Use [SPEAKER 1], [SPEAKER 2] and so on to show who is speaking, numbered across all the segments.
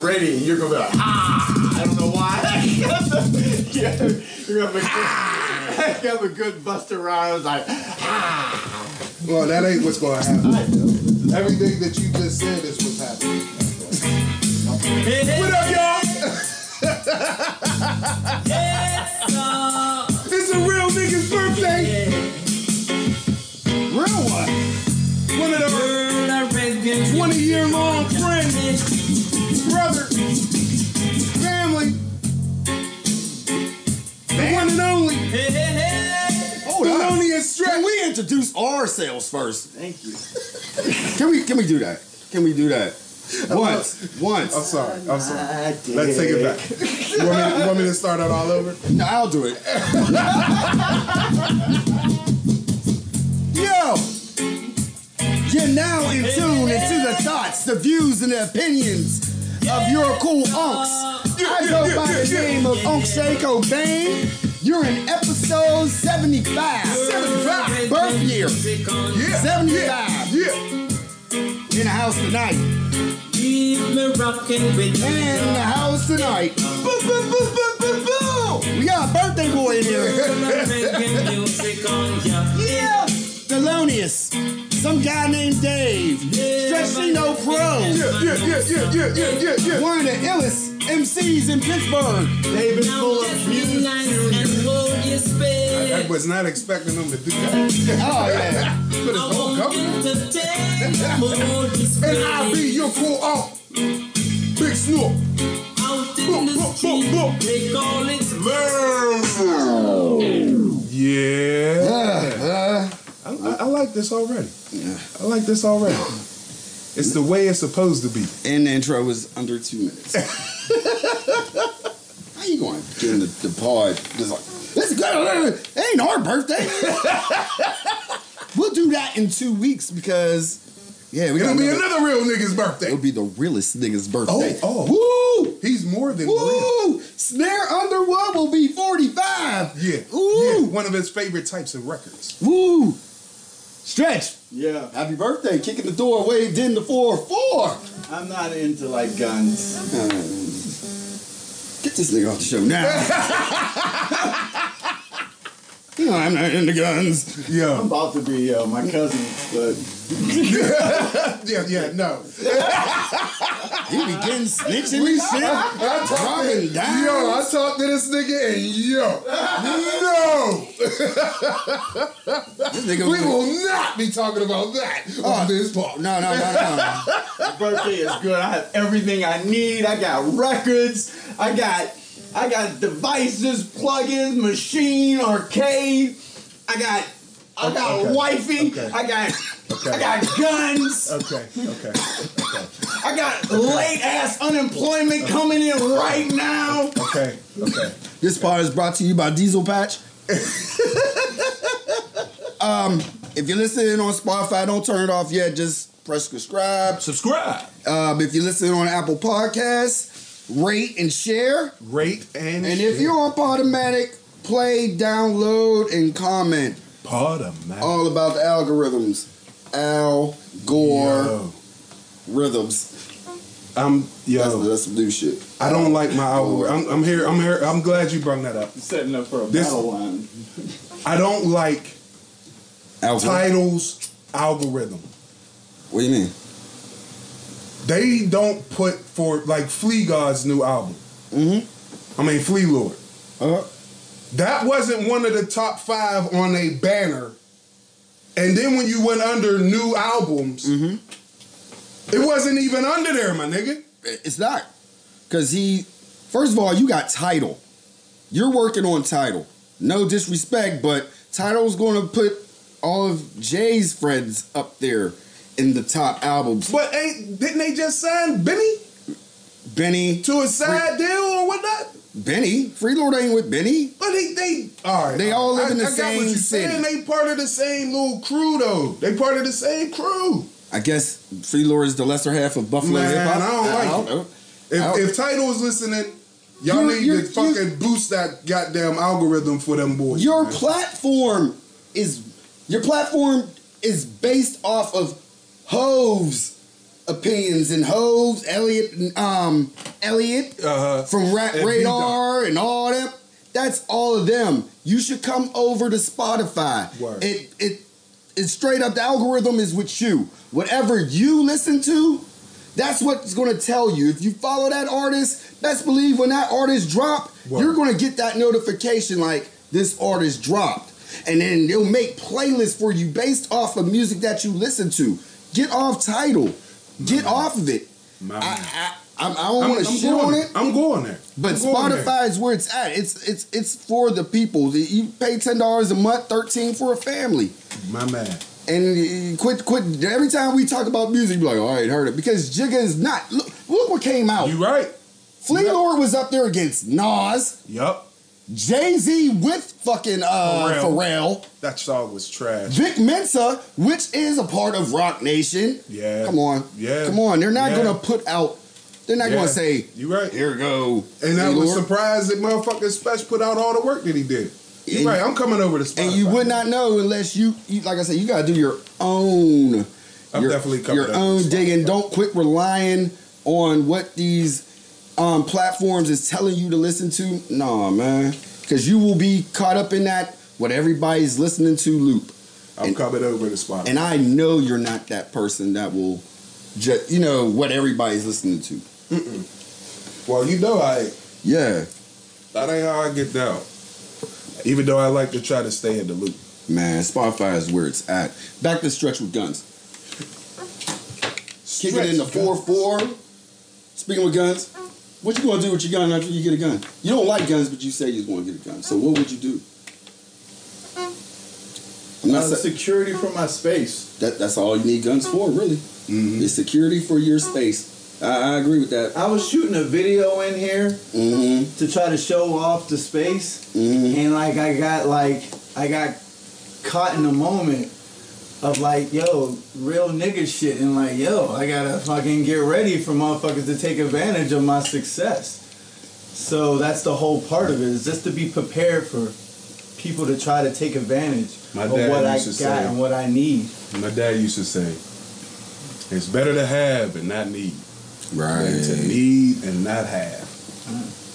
[SPEAKER 1] Brady, you're gonna be like, ah, I don't know why. yeah, you're gonna be good. you have a good Buster Rhymes like, ah.
[SPEAKER 2] Well, that ain't what's going to happen. Everything that you just said is what's happening. What up, y'all? It's a real nigga's birthday. Real one. One of those 20 year long friends, brother, family, the one and only,
[SPEAKER 1] Hold
[SPEAKER 2] the
[SPEAKER 1] on.
[SPEAKER 2] loneliest
[SPEAKER 1] Can
[SPEAKER 2] stretch.
[SPEAKER 1] we introduce ourselves first?
[SPEAKER 3] Thank you.
[SPEAKER 1] Can we? Can we do that? Can we do that? Once,
[SPEAKER 2] I'm
[SPEAKER 1] once.
[SPEAKER 2] sorry. I'm sorry.
[SPEAKER 3] I did.
[SPEAKER 2] Let's take it back. You want, me, you want me to start out all over?
[SPEAKER 1] No, I'll do it. Yo, you're now in tune into the thoughts, the views, and the opinions of your cool unks. I go by the name of Unc Shay Cobain. You're in episode 75.
[SPEAKER 2] 75.
[SPEAKER 1] Birth year.
[SPEAKER 2] Yeah.
[SPEAKER 1] 75.
[SPEAKER 2] Yeah.
[SPEAKER 1] In the house tonight.
[SPEAKER 4] Keep me rocking with
[SPEAKER 1] In the house tonight.
[SPEAKER 2] Boom, boom, boom, boom, boom, boom.
[SPEAKER 1] We got a birthday boy in here.
[SPEAKER 4] reggae music on ya.
[SPEAKER 1] Yeah. Thelonious. Some guy named Dave. Stretchino Pro.
[SPEAKER 2] Yeah, yeah, yeah, yeah, yeah, yeah, yeah, yeah.
[SPEAKER 1] One of the illest MCs in Pittsburgh.
[SPEAKER 3] David
[SPEAKER 4] Now
[SPEAKER 3] Fuller
[SPEAKER 4] just be
[SPEAKER 3] Music
[SPEAKER 4] nice
[SPEAKER 3] Jr.
[SPEAKER 4] and hold your
[SPEAKER 2] I
[SPEAKER 4] space.
[SPEAKER 2] was not expecting them to do that.
[SPEAKER 1] Oh, yeah.
[SPEAKER 2] Put his
[SPEAKER 4] I
[SPEAKER 2] whole
[SPEAKER 4] won't
[SPEAKER 2] company.
[SPEAKER 4] entertain. Hold your
[SPEAKER 2] And I be
[SPEAKER 4] space.
[SPEAKER 2] your cool uncle. Big Snoop.
[SPEAKER 4] Out in the
[SPEAKER 2] Boom, boom,
[SPEAKER 4] street,
[SPEAKER 2] boom, boom.
[SPEAKER 4] they call it
[SPEAKER 2] Yeah.
[SPEAKER 1] Uh,
[SPEAKER 2] I, I, I like this already. I like this already. It's the way it's supposed to be.
[SPEAKER 1] and the intro was under two minutes. How you going to get in the, the pod? Just like, let's go. It ain't our birthday. we'll do that in two weeks because, yeah, we got
[SPEAKER 2] It'll be
[SPEAKER 1] another-
[SPEAKER 2] another real nigga's birthday.
[SPEAKER 1] It'll be the realest nigga's birthday.
[SPEAKER 2] oh. Woo! He's more than real.
[SPEAKER 1] Ooh, Snare Underwood will be 45.
[SPEAKER 2] Yeah.
[SPEAKER 1] Ooh.
[SPEAKER 2] Yeah. One of his favorite types of records.
[SPEAKER 1] Woo. Stretch.
[SPEAKER 3] Yeah,
[SPEAKER 1] Happy birthday. Kicking the door, waved in the 4 4.
[SPEAKER 3] I'm not into like guns.
[SPEAKER 1] Uh, Get this nigga off the show now. no, I'm not into guns.
[SPEAKER 3] I'm
[SPEAKER 2] Yeah.
[SPEAKER 3] about to be uh, my cousin,
[SPEAKER 2] yeah, yeah, no.
[SPEAKER 1] He be getting snitching and shit.
[SPEAKER 2] I talked
[SPEAKER 1] Dropping
[SPEAKER 2] to, yo,
[SPEAKER 1] down.
[SPEAKER 2] I talked to this nigga and yo, no,
[SPEAKER 1] This nigga
[SPEAKER 2] we will not be talking about that on this part.
[SPEAKER 1] No, no, no, no.
[SPEAKER 3] but birthday is good. I have everything I need. I got records. I got I got devices, plugins, machine, arcade. I got I got
[SPEAKER 2] Okay.
[SPEAKER 3] wifey.
[SPEAKER 2] Okay.
[SPEAKER 3] I got I
[SPEAKER 2] Okay.
[SPEAKER 3] got guns.
[SPEAKER 2] Okay, okay, okay,
[SPEAKER 3] I got late ass unemployment coming in right now.
[SPEAKER 2] okay, okay.
[SPEAKER 1] This part is brought to you by Diesel Patch. um, if you're listening on Spotify, don't turn it off yet. Just press subscribe.
[SPEAKER 2] Subscribe,
[SPEAKER 1] Um, if you're listening on Apple Podcasts, rate and share.
[SPEAKER 2] rate, and
[SPEAKER 1] And if you're on Podomatic, play, download, and comment
[SPEAKER 2] part of my
[SPEAKER 1] all about the algorithms. Al Gore
[SPEAKER 2] Yo.
[SPEAKER 1] rhythms.
[SPEAKER 2] I'm
[SPEAKER 1] That's,
[SPEAKER 2] yo,
[SPEAKER 1] that's some new shit.
[SPEAKER 2] I don't like my outward. I'm, I'm here. I'm here. I'm glad you brought that up.
[SPEAKER 3] Setting up for a
[SPEAKER 2] This-
[SPEAKER 3] battle line.
[SPEAKER 2] I don't like
[SPEAKER 1] Al Gore.
[SPEAKER 2] titles algorithm.
[SPEAKER 1] What do you mean?
[SPEAKER 2] They don't put for like Flea God's new album.
[SPEAKER 1] Mm-hmm.
[SPEAKER 2] I mean Flea Lord.
[SPEAKER 1] Uh,
[SPEAKER 2] That wasn't one of the top five on a banner. And then when you went under new albums,
[SPEAKER 1] Mhm. Mm-hmm.
[SPEAKER 2] it wasn't even under there, my nigga.
[SPEAKER 1] it's not. Because he, first of all, you got title. You're working on title. No disrespect, but title's going to put all of Jay's friends up there in the top albums.
[SPEAKER 2] But ain't didn't they just sign Benny
[SPEAKER 1] Benny,
[SPEAKER 2] to a side deal or whatnot?
[SPEAKER 1] Benny, Freelord ain't with Benny.
[SPEAKER 2] But they, they all right.
[SPEAKER 1] They all live
[SPEAKER 2] I-
[SPEAKER 1] in the
[SPEAKER 2] I got what
[SPEAKER 1] same
[SPEAKER 2] you're
[SPEAKER 1] city.
[SPEAKER 2] saying. They part of the same little crew though. They part of the same crew.
[SPEAKER 1] I guess Freelord is the lesser half of Buffalo
[SPEAKER 2] Man,
[SPEAKER 1] Hip Hop.
[SPEAKER 2] I don't like it.
[SPEAKER 1] know.
[SPEAKER 2] If,
[SPEAKER 1] Out.
[SPEAKER 2] if Title is listening, y'all
[SPEAKER 1] You're-
[SPEAKER 2] need
[SPEAKER 1] you're-
[SPEAKER 2] to fucking boost that goddamn algorithm for them boys.
[SPEAKER 1] Your
[SPEAKER 2] man.
[SPEAKER 1] platform is your platform is based off of Hove's opinions and hoes, Elliot, um, Elliot
[SPEAKER 2] Uh-huh.
[SPEAKER 1] from Rat
[SPEAKER 2] And
[SPEAKER 1] Radar and all them. That's all of them. You should come over to Spotify.
[SPEAKER 2] Word.
[SPEAKER 1] It it it's straight up. The algorithm is with you. Whatever you listen to, that's what's going to tell you. If you follow that artist, best believe when that artist drop,
[SPEAKER 2] Word.
[SPEAKER 1] you're going to get that notification like this artist dropped, and then they'll make playlists for you based off of music that you listen to. Get off title. Get off of it.
[SPEAKER 2] My man.
[SPEAKER 1] I I, I, I don't
[SPEAKER 2] Mm-hmm. I'm-
[SPEAKER 1] want to
[SPEAKER 2] I'm
[SPEAKER 1] shit
[SPEAKER 2] going
[SPEAKER 1] on
[SPEAKER 2] there.
[SPEAKER 1] it.
[SPEAKER 2] I'm going there.
[SPEAKER 1] But
[SPEAKER 2] I'm going there.
[SPEAKER 1] Spotify is where it's at. It's it's it's for the people. You pay ten dollars a month, thirteen for a family,
[SPEAKER 2] my man.
[SPEAKER 1] and you quit quit. Every time we talk about music, you be like, all right, heard it because Jigga is not. Look, look what came out.
[SPEAKER 2] You right.
[SPEAKER 1] Flea
[SPEAKER 2] yeah.
[SPEAKER 1] Lord was up there against Nas,
[SPEAKER 2] Yup.
[SPEAKER 1] Jay Z with fucking uh, Pharrell.
[SPEAKER 2] That song was trash.
[SPEAKER 1] Vic Mensa, which is a part of Rock Nation.
[SPEAKER 2] Yeah.
[SPEAKER 1] Come on,
[SPEAKER 2] Yeah.
[SPEAKER 1] come on. They're not
[SPEAKER 2] Yeah.
[SPEAKER 1] gonna put out. They're not
[SPEAKER 2] Yeah.
[SPEAKER 1] gonna say
[SPEAKER 2] You right.
[SPEAKER 1] here go.
[SPEAKER 2] And I
[SPEAKER 1] Flea
[SPEAKER 2] was
[SPEAKER 1] Lord.
[SPEAKER 2] surprised that motherfucking Special put out all the work that he did. You
[SPEAKER 1] And-
[SPEAKER 2] right. I'm coming over to Spotify.
[SPEAKER 1] and you would not know unless you, you like I said, you gotta do your own.
[SPEAKER 2] I'm
[SPEAKER 1] your,
[SPEAKER 2] definitely coming
[SPEAKER 1] your
[SPEAKER 2] up
[SPEAKER 1] own
[SPEAKER 2] with Spotify.
[SPEAKER 1] digging. Don't quit relying on what these um, platforms is telling you to listen to. Nah, man, because you will be caught up in that what everybody's listening to loop.
[SPEAKER 2] I'm
[SPEAKER 1] and-
[SPEAKER 2] coming over to Spotify.
[SPEAKER 1] And I know you're not that person that will, ju- you know, what everybody's listening to.
[SPEAKER 2] well, you know I
[SPEAKER 1] Yeah,
[SPEAKER 2] that ain't how I get down. Even though I like to try to stay in the loop.
[SPEAKER 1] man, Spotify is where it's at. Back to stretch with guns. Kick it in the
[SPEAKER 2] Stretch,
[SPEAKER 1] four four. Speaking with guns, what you gonna do with your gun after you get a gun? You don't like guns, but you say you're gonna get a gun. So what would you do? I'm not
[SPEAKER 3] Uh,
[SPEAKER 1] sa-
[SPEAKER 3] security for my space.
[SPEAKER 1] that, that's all you need guns for, really.
[SPEAKER 2] Mhm.
[SPEAKER 1] It's security for your space. I, I agree with that.
[SPEAKER 3] I was shooting a video in here
[SPEAKER 1] Mm-hmm.
[SPEAKER 3] to try to show off the space.
[SPEAKER 1] Mm-hmm.
[SPEAKER 3] and like I got like I got caught in a moment of like yo real nigga shit and like yo I gotta fucking get ready for motherfuckers to take advantage of my success. So that's the whole part of it is just to be prepared for people to try to take advantage
[SPEAKER 2] My
[SPEAKER 3] of
[SPEAKER 2] dad
[SPEAKER 3] what I
[SPEAKER 2] used
[SPEAKER 3] got
[SPEAKER 2] to say-
[SPEAKER 3] and what I need.
[SPEAKER 2] My dad used to say, "It's better to have and not need than to need and not have."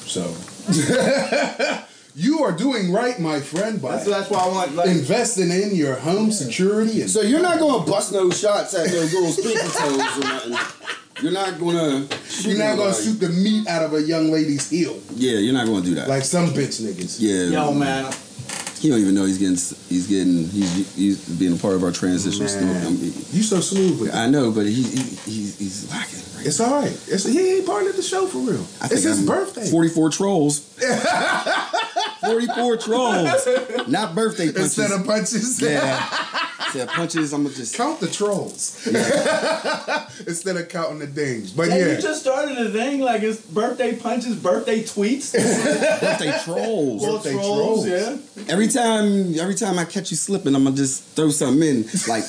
[SPEAKER 2] So you are doing right, my friend, by
[SPEAKER 3] That's that's why I want like
[SPEAKER 2] investing in your home security and
[SPEAKER 1] So you're not gonna bust no shots at no girls' pinky toes or nothing. You're not gonna.
[SPEAKER 2] You're not gonna shoot the meat out of a young lady's heel
[SPEAKER 1] Yeah, you're not gonna do that.
[SPEAKER 2] like some bitch niggas.
[SPEAKER 1] yeah.
[SPEAKER 3] yo man
[SPEAKER 1] He don't even know he's getting he's getting he's he's being a part of our transition. still.
[SPEAKER 2] Man.
[SPEAKER 1] I'm-
[SPEAKER 2] You so smooth with it.
[SPEAKER 1] I know, but he, he he's he's lacking. Right?
[SPEAKER 2] It's all right. It's he ain't part of the show for real.
[SPEAKER 1] I think
[SPEAKER 2] It's his
[SPEAKER 1] I'm
[SPEAKER 2] birthday.
[SPEAKER 1] Forty-four trolls. Forty-four trolls, not birthday punches.
[SPEAKER 2] Instead of punches,
[SPEAKER 1] yeah, Instead of punches. I'm gonna just
[SPEAKER 2] count the trolls instead of counting the dings. But
[SPEAKER 3] Hey,
[SPEAKER 2] yeah,
[SPEAKER 3] you just started a thing like it's birthday punches, birthday tweets,
[SPEAKER 1] birthday trolls.
[SPEAKER 3] little
[SPEAKER 2] Birthday trolls.
[SPEAKER 3] trolls, yeah.
[SPEAKER 1] Every time, every time I catch you slipping, I'm gonna just throw something in. Like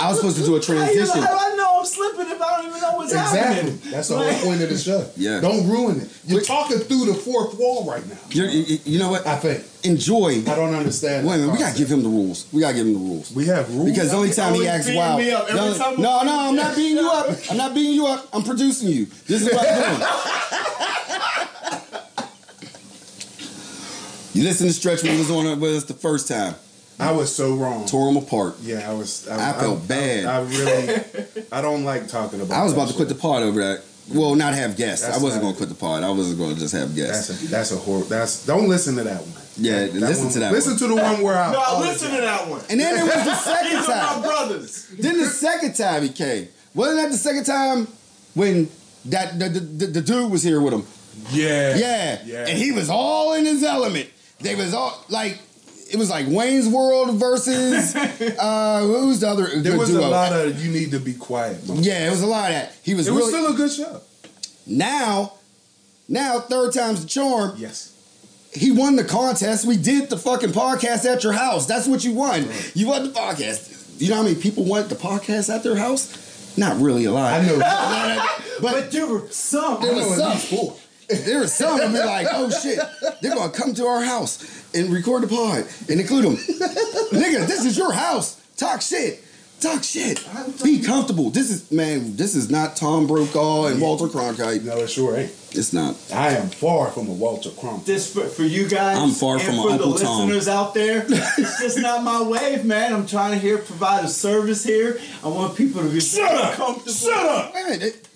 [SPEAKER 1] I was supposed to do a
[SPEAKER 3] How you-
[SPEAKER 1] transition.
[SPEAKER 3] How do I know I'm slipping if I don't even know what's
[SPEAKER 2] exactly.
[SPEAKER 3] happening?
[SPEAKER 2] That's the whole point of the show.
[SPEAKER 1] Yeah.
[SPEAKER 2] Don't ruin it. You're
[SPEAKER 1] Quick-
[SPEAKER 2] talking through the fourth wall right now.
[SPEAKER 1] You're, you, you know what?
[SPEAKER 2] I think.
[SPEAKER 1] Enjoy.
[SPEAKER 2] I don't understand.
[SPEAKER 1] Wait a
[SPEAKER 2] that
[SPEAKER 1] minute, we gotta
[SPEAKER 2] concept.
[SPEAKER 1] give him the rules. We gotta give him the rules.
[SPEAKER 2] We have rules.
[SPEAKER 1] Because the only time he
[SPEAKER 3] Always
[SPEAKER 1] acts
[SPEAKER 3] beating
[SPEAKER 1] wild.
[SPEAKER 3] me up. Every
[SPEAKER 1] No,
[SPEAKER 3] time we-
[SPEAKER 1] no, no, I'm not beating you up. I'm not beating you up. I'm producing you. This is what I'm doing. You listen to Stretch when he was on with us the first time.
[SPEAKER 2] I was so wrong.
[SPEAKER 1] Tore him apart.
[SPEAKER 2] Yeah, I was.
[SPEAKER 1] I felt bad.
[SPEAKER 2] I, really. I don't like talking about.
[SPEAKER 1] I was
[SPEAKER 2] that
[SPEAKER 1] about to
[SPEAKER 2] shit.
[SPEAKER 1] put the pod over that. Well, not have guests.
[SPEAKER 2] That's
[SPEAKER 1] I wasn't
[SPEAKER 2] not-
[SPEAKER 1] gonna put the pod. I wasn't gonna just have
[SPEAKER 2] That's
[SPEAKER 1] guests.
[SPEAKER 2] a that's a horror. That's don't listen to that one.
[SPEAKER 1] Yeah, listen
[SPEAKER 2] one-
[SPEAKER 1] to that
[SPEAKER 2] Listen
[SPEAKER 1] one.
[SPEAKER 2] to the one where I.
[SPEAKER 3] No, I
[SPEAKER 2] apologize.
[SPEAKER 3] listen to that one.
[SPEAKER 1] and then it was the
[SPEAKER 3] These
[SPEAKER 1] second
[SPEAKER 3] are
[SPEAKER 1] time.
[SPEAKER 3] my brothers.
[SPEAKER 1] Then the second time he came. Wasn't that the second time when that the, the, the, the dude was here with him?
[SPEAKER 2] Yeah.
[SPEAKER 1] Yeah.
[SPEAKER 2] Yeah.
[SPEAKER 1] And he was all in his element. They was all like it was like Wayne's World versus uh who's the other
[SPEAKER 2] There
[SPEAKER 1] good
[SPEAKER 2] was
[SPEAKER 1] duo?
[SPEAKER 2] a lot of you need to be quiet. Mom.
[SPEAKER 1] yeah, it was a lot of that. He was
[SPEAKER 2] It
[SPEAKER 1] really
[SPEAKER 2] was still a good show.
[SPEAKER 1] now now third time's the charm.
[SPEAKER 2] Yes.
[SPEAKER 1] He won the contest. We did the fucking podcast at your house. That's what you won. You won the podcast. You know how many people want the podcast at their house? Not really a lot.
[SPEAKER 2] I know. I
[SPEAKER 1] But-
[SPEAKER 3] But, there were some.
[SPEAKER 1] There
[SPEAKER 2] know
[SPEAKER 1] was
[SPEAKER 2] at
[SPEAKER 1] some.
[SPEAKER 2] least four.
[SPEAKER 1] There was some that be like, oh shit, they're gonna come to our house and record the pod and include them. Nigga, this is your house. Talk shit. Talk shit.
[SPEAKER 3] I'm
[SPEAKER 1] Be
[SPEAKER 3] fucking-
[SPEAKER 1] comfortable. This is man. This is not Tom Brokaw and Walter Cronkite.
[SPEAKER 2] No, it sure ain't.
[SPEAKER 1] It's not.
[SPEAKER 2] I am far from a Walter Cronkite.
[SPEAKER 3] This for, for you guys.
[SPEAKER 1] I'm far
[SPEAKER 3] and
[SPEAKER 1] from an
[SPEAKER 3] for
[SPEAKER 1] Uncle
[SPEAKER 3] the
[SPEAKER 1] Tom.
[SPEAKER 3] listeners out there. It's just not my wave, man. I'm trying to here provide a service here. I want people to be comfortable.
[SPEAKER 2] up!
[SPEAKER 1] Man, it-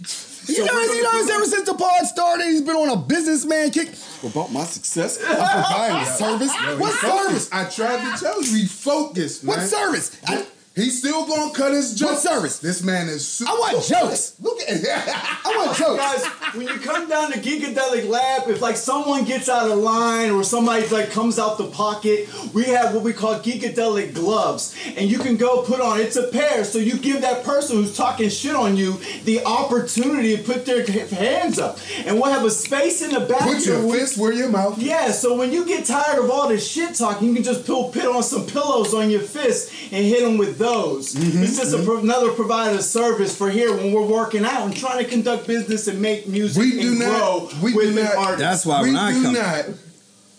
[SPEAKER 1] you
[SPEAKER 3] So
[SPEAKER 1] guys,
[SPEAKER 3] we're
[SPEAKER 1] you
[SPEAKER 3] gonna
[SPEAKER 1] guys,
[SPEAKER 3] do-
[SPEAKER 1] ever since the pod started, he's been on a businessman kick. About my success, I'm providing service. What service?
[SPEAKER 5] I tried to tell you, he focused, man.
[SPEAKER 1] What service? I,
[SPEAKER 5] He's still gonna cut his jokes.
[SPEAKER 1] service?
[SPEAKER 5] This man is super.
[SPEAKER 1] I want jokes.
[SPEAKER 5] Look at
[SPEAKER 1] I want jokes.
[SPEAKER 3] Guys, when you come down to Geekadelic Lab, if like someone gets out of line or somebody like comes out the pocket, we have what we call Geekadelic gloves, and you can go put on. It's a pair, so you give that person who's talking shit on you the opportunity to put their h- hands up, and we'll have a space in the back.
[SPEAKER 5] Put
[SPEAKER 3] here
[SPEAKER 5] your
[SPEAKER 3] where-
[SPEAKER 5] fist where your mouth.
[SPEAKER 3] Yeah, so when you get tired of all this shit talking, you can just pull pit on some pillows on your fist and hit them with those.
[SPEAKER 5] Mm-hmm,
[SPEAKER 3] It's just a pro- another provider of service for here when we're working out and trying to conduct business and make music
[SPEAKER 5] We do
[SPEAKER 3] and
[SPEAKER 5] not-
[SPEAKER 3] grow
[SPEAKER 5] we do
[SPEAKER 3] with an
[SPEAKER 5] not-
[SPEAKER 3] artist.
[SPEAKER 1] That's why
[SPEAKER 5] we
[SPEAKER 1] when I
[SPEAKER 5] do
[SPEAKER 1] come,
[SPEAKER 5] not.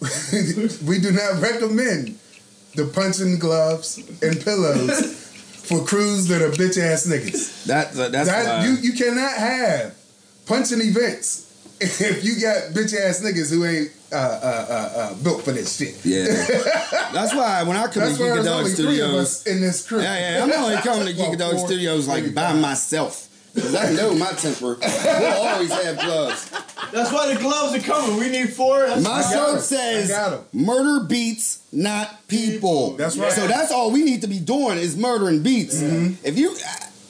[SPEAKER 5] we do not recommend the punching gloves and pillows for crews that are bitch ass niggas.
[SPEAKER 1] that, that- that's
[SPEAKER 5] That
[SPEAKER 1] why.
[SPEAKER 5] you you cannot have punching events if you got bitch ass niggas who ain't uh, uh, uh, uh, built for this shit.
[SPEAKER 1] yeah, that's why when I come
[SPEAKER 5] That's
[SPEAKER 1] to
[SPEAKER 5] why
[SPEAKER 1] Geek
[SPEAKER 5] there's
[SPEAKER 1] Dog
[SPEAKER 5] only three of
[SPEAKER 1] Studios,
[SPEAKER 5] us in this crew.
[SPEAKER 1] Yeah, yeah. I'm only coming to
[SPEAKER 5] Well,
[SPEAKER 1] Geek Dog
[SPEAKER 5] four,
[SPEAKER 1] Studios like
[SPEAKER 5] maybe
[SPEAKER 1] by
[SPEAKER 5] five.
[SPEAKER 1] myself. Cause I know my temper. We'll always have gloves.
[SPEAKER 3] That's why the gloves are coming. We need four. That's
[SPEAKER 1] My
[SPEAKER 5] I got
[SPEAKER 1] shirt
[SPEAKER 5] 'em. I got 'em.
[SPEAKER 1] says "Murder beats, not people."
[SPEAKER 5] That's right. Mm-hmm.
[SPEAKER 1] So that's all we need to be doing is murdering beats. If you,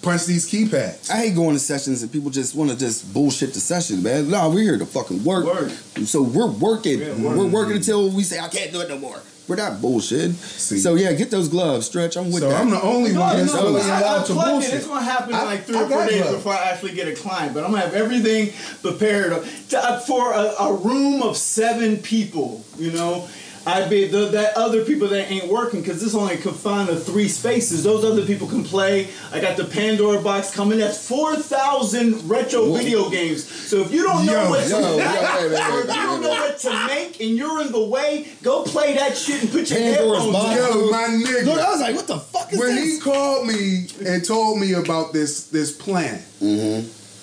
[SPEAKER 5] Punch these keypads.
[SPEAKER 1] I, I hate going to sessions and people just want to just bullshit the session, man. No, we're here to fucking work.
[SPEAKER 3] Word.
[SPEAKER 1] So we're working.
[SPEAKER 3] Yeah, work.
[SPEAKER 1] we're working until we say I can't do it no more. We're not bullshit.
[SPEAKER 5] See.
[SPEAKER 1] So yeah, get those gloves, stretch. I'm with
[SPEAKER 5] So
[SPEAKER 1] that.
[SPEAKER 5] I'm the only
[SPEAKER 3] No,
[SPEAKER 5] one that's
[SPEAKER 3] no,
[SPEAKER 5] really
[SPEAKER 3] I, I
[SPEAKER 5] allowed to
[SPEAKER 3] plugged it. It's
[SPEAKER 5] bullshit.
[SPEAKER 3] gonna happen in
[SPEAKER 5] I-
[SPEAKER 3] like three
[SPEAKER 5] I
[SPEAKER 3] or four
[SPEAKER 5] got
[SPEAKER 3] days
[SPEAKER 5] gloves.
[SPEAKER 3] before I actually get a client, but I'm gonna have everything prepared to, uh, for a, a room of seven people. You know, I'd be the, that other people that ain't working because this only confined to three spaces. Those other people can play. I got the Pandora box coming. That's four thousand retro video games. So if you don't know
[SPEAKER 5] Yo,
[SPEAKER 1] yo,
[SPEAKER 3] what to
[SPEAKER 1] yo, wait, wait, wait,
[SPEAKER 3] or if
[SPEAKER 1] wait,
[SPEAKER 3] you don't
[SPEAKER 1] wait,
[SPEAKER 3] know
[SPEAKER 1] wait.
[SPEAKER 3] what to make and you're in the way, go play that shit and put your
[SPEAKER 1] Pandora's
[SPEAKER 3] headphones
[SPEAKER 1] box.
[SPEAKER 3] on.
[SPEAKER 5] Yo, my
[SPEAKER 1] Look, I
[SPEAKER 5] nigga.
[SPEAKER 1] was like, what the fuck is
[SPEAKER 5] When
[SPEAKER 1] this?
[SPEAKER 5] he called me and told me about this this plan,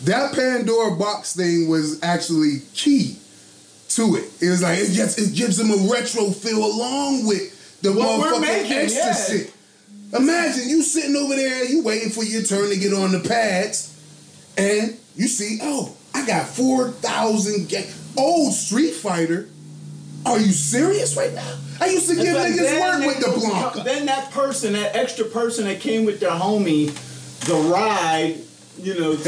[SPEAKER 5] that Pandora box thing was actually key to it. It was like it gets it gives him a retro feel along with the
[SPEAKER 3] What we're
[SPEAKER 5] motherfucking
[SPEAKER 3] making,
[SPEAKER 5] extra
[SPEAKER 3] yeah.
[SPEAKER 5] shit. Imagine you sitting over there, you waiting for your turn to get on the pads, and you see, oh, I got four thousand ga- old Street Fighter. Are you serious right now? I used to give
[SPEAKER 3] But
[SPEAKER 5] niggas
[SPEAKER 3] then
[SPEAKER 5] work with
[SPEAKER 3] they-
[SPEAKER 5] the Blanca.
[SPEAKER 3] Then that person, that extra person that came with their homie, the ride, you know, to,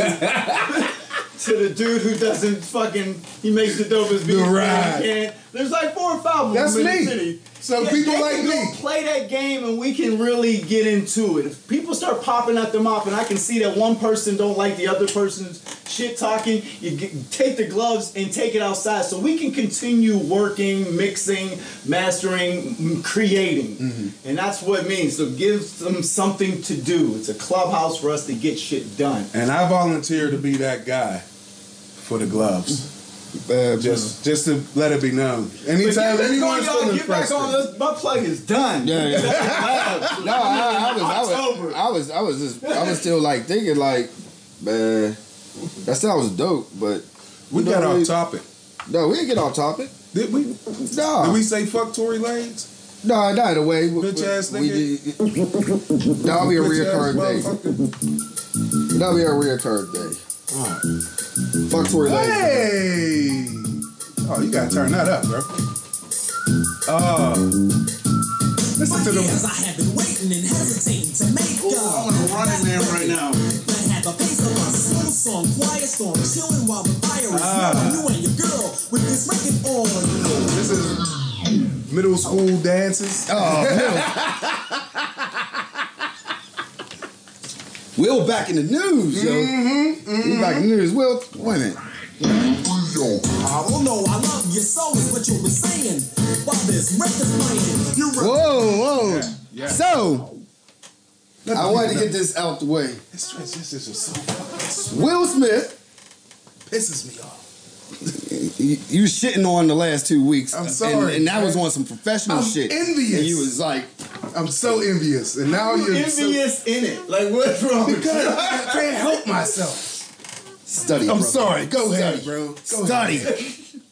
[SPEAKER 3] to the dude who doesn't fucking, he makes the dopest beat.
[SPEAKER 5] ride.
[SPEAKER 3] There's like four or five of them
[SPEAKER 5] That's
[SPEAKER 3] in
[SPEAKER 5] me.
[SPEAKER 3] the city.
[SPEAKER 5] So
[SPEAKER 3] Yeah,
[SPEAKER 5] people
[SPEAKER 3] they
[SPEAKER 5] like
[SPEAKER 3] can
[SPEAKER 5] me.
[SPEAKER 3] Go play that game and we can really get into it. If people start popping at the mop and I can see that one person don't like the other person's shit talking, you get, take the gloves and take it outside so we can continue working, mixing, mastering, m- creating. And that's what it means. So give them something to do. It's a clubhouse for us to get shit done.
[SPEAKER 2] And I volunteer to be that guy for the gloves.
[SPEAKER 1] Uh,
[SPEAKER 2] Just just to let it be known.
[SPEAKER 3] But
[SPEAKER 2] Anytime
[SPEAKER 3] get back on,
[SPEAKER 2] anyone's
[SPEAKER 3] y'all.
[SPEAKER 2] feeling
[SPEAKER 3] Get back on.
[SPEAKER 2] frustrated.
[SPEAKER 3] Let's- My plug is done.
[SPEAKER 1] Yeah, yeah. No, I, I was, I was,
[SPEAKER 3] October.
[SPEAKER 1] I was, I was just, I was still like thinking, like, man, that sounds dope, but
[SPEAKER 2] We
[SPEAKER 1] No,
[SPEAKER 2] got
[SPEAKER 1] we-
[SPEAKER 2] off topic.
[SPEAKER 1] no, we didn't get off topic.
[SPEAKER 2] Did we
[SPEAKER 1] No,
[SPEAKER 2] did we say fuck Tory Lanez?
[SPEAKER 1] no, not in a way. We-
[SPEAKER 2] Bitch ass
[SPEAKER 1] we
[SPEAKER 2] nigga.
[SPEAKER 1] did- That'll be a
[SPEAKER 2] Bitch ass
[SPEAKER 1] reoccurring thing.
[SPEAKER 2] motherfucker.
[SPEAKER 1] That'll be a reoccurring thing. Fuck Tory Lanez.
[SPEAKER 2] Hey! Oh, you gotta turn that up, bro. Uh, listen to them.
[SPEAKER 6] Years I have been waiting and hesitating to make
[SPEAKER 3] I'm
[SPEAKER 6] up.
[SPEAKER 3] on a running man right now.
[SPEAKER 6] But had the face of my slow song, quiet storm, chilling while the fire is
[SPEAKER 2] Ah.
[SPEAKER 6] ah. You and your girl with this record on. Oh,
[SPEAKER 2] This is middle school dances.
[SPEAKER 1] Will back in the news, yo.
[SPEAKER 2] Mm-hmm,
[SPEAKER 1] We back in the news. Will, wait a minute.
[SPEAKER 6] I don't know, I love you so is what you were saying. While this record's playing, you're a
[SPEAKER 1] Whoa, whoa.
[SPEAKER 2] yeah.
[SPEAKER 1] So, I wanted to get this out the way.
[SPEAKER 2] This transition is so fucking
[SPEAKER 1] Will Smith
[SPEAKER 2] pisses me off.
[SPEAKER 1] you you shitting on the last two weeks.
[SPEAKER 5] I'm
[SPEAKER 1] and-
[SPEAKER 5] sorry,
[SPEAKER 1] And, that was on some professional
[SPEAKER 5] I'm
[SPEAKER 1] shit.
[SPEAKER 5] envious.
[SPEAKER 1] And you was like,
[SPEAKER 2] I'm so envious, and now
[SPEAKER 3] You
[SPEAKER 2] you're So,
[SPEAKER 3] envious in it. Like what's wrong? with
[SPEAKER 2] because
[SPEAKER 3] you?
[SPEAKER 2] I can't help myself.
[SPEAKER 1] Study.
[SPEAKER 2] I'm
[SPEAKER 1] brother.
[SPEAKER 2] sorry. Go ahead,
[SPEAKER 1] Study.
[SPEAKER 2] bro. Go
[SPEAKER 1] Study.
[SPEAKER 2] Ahead.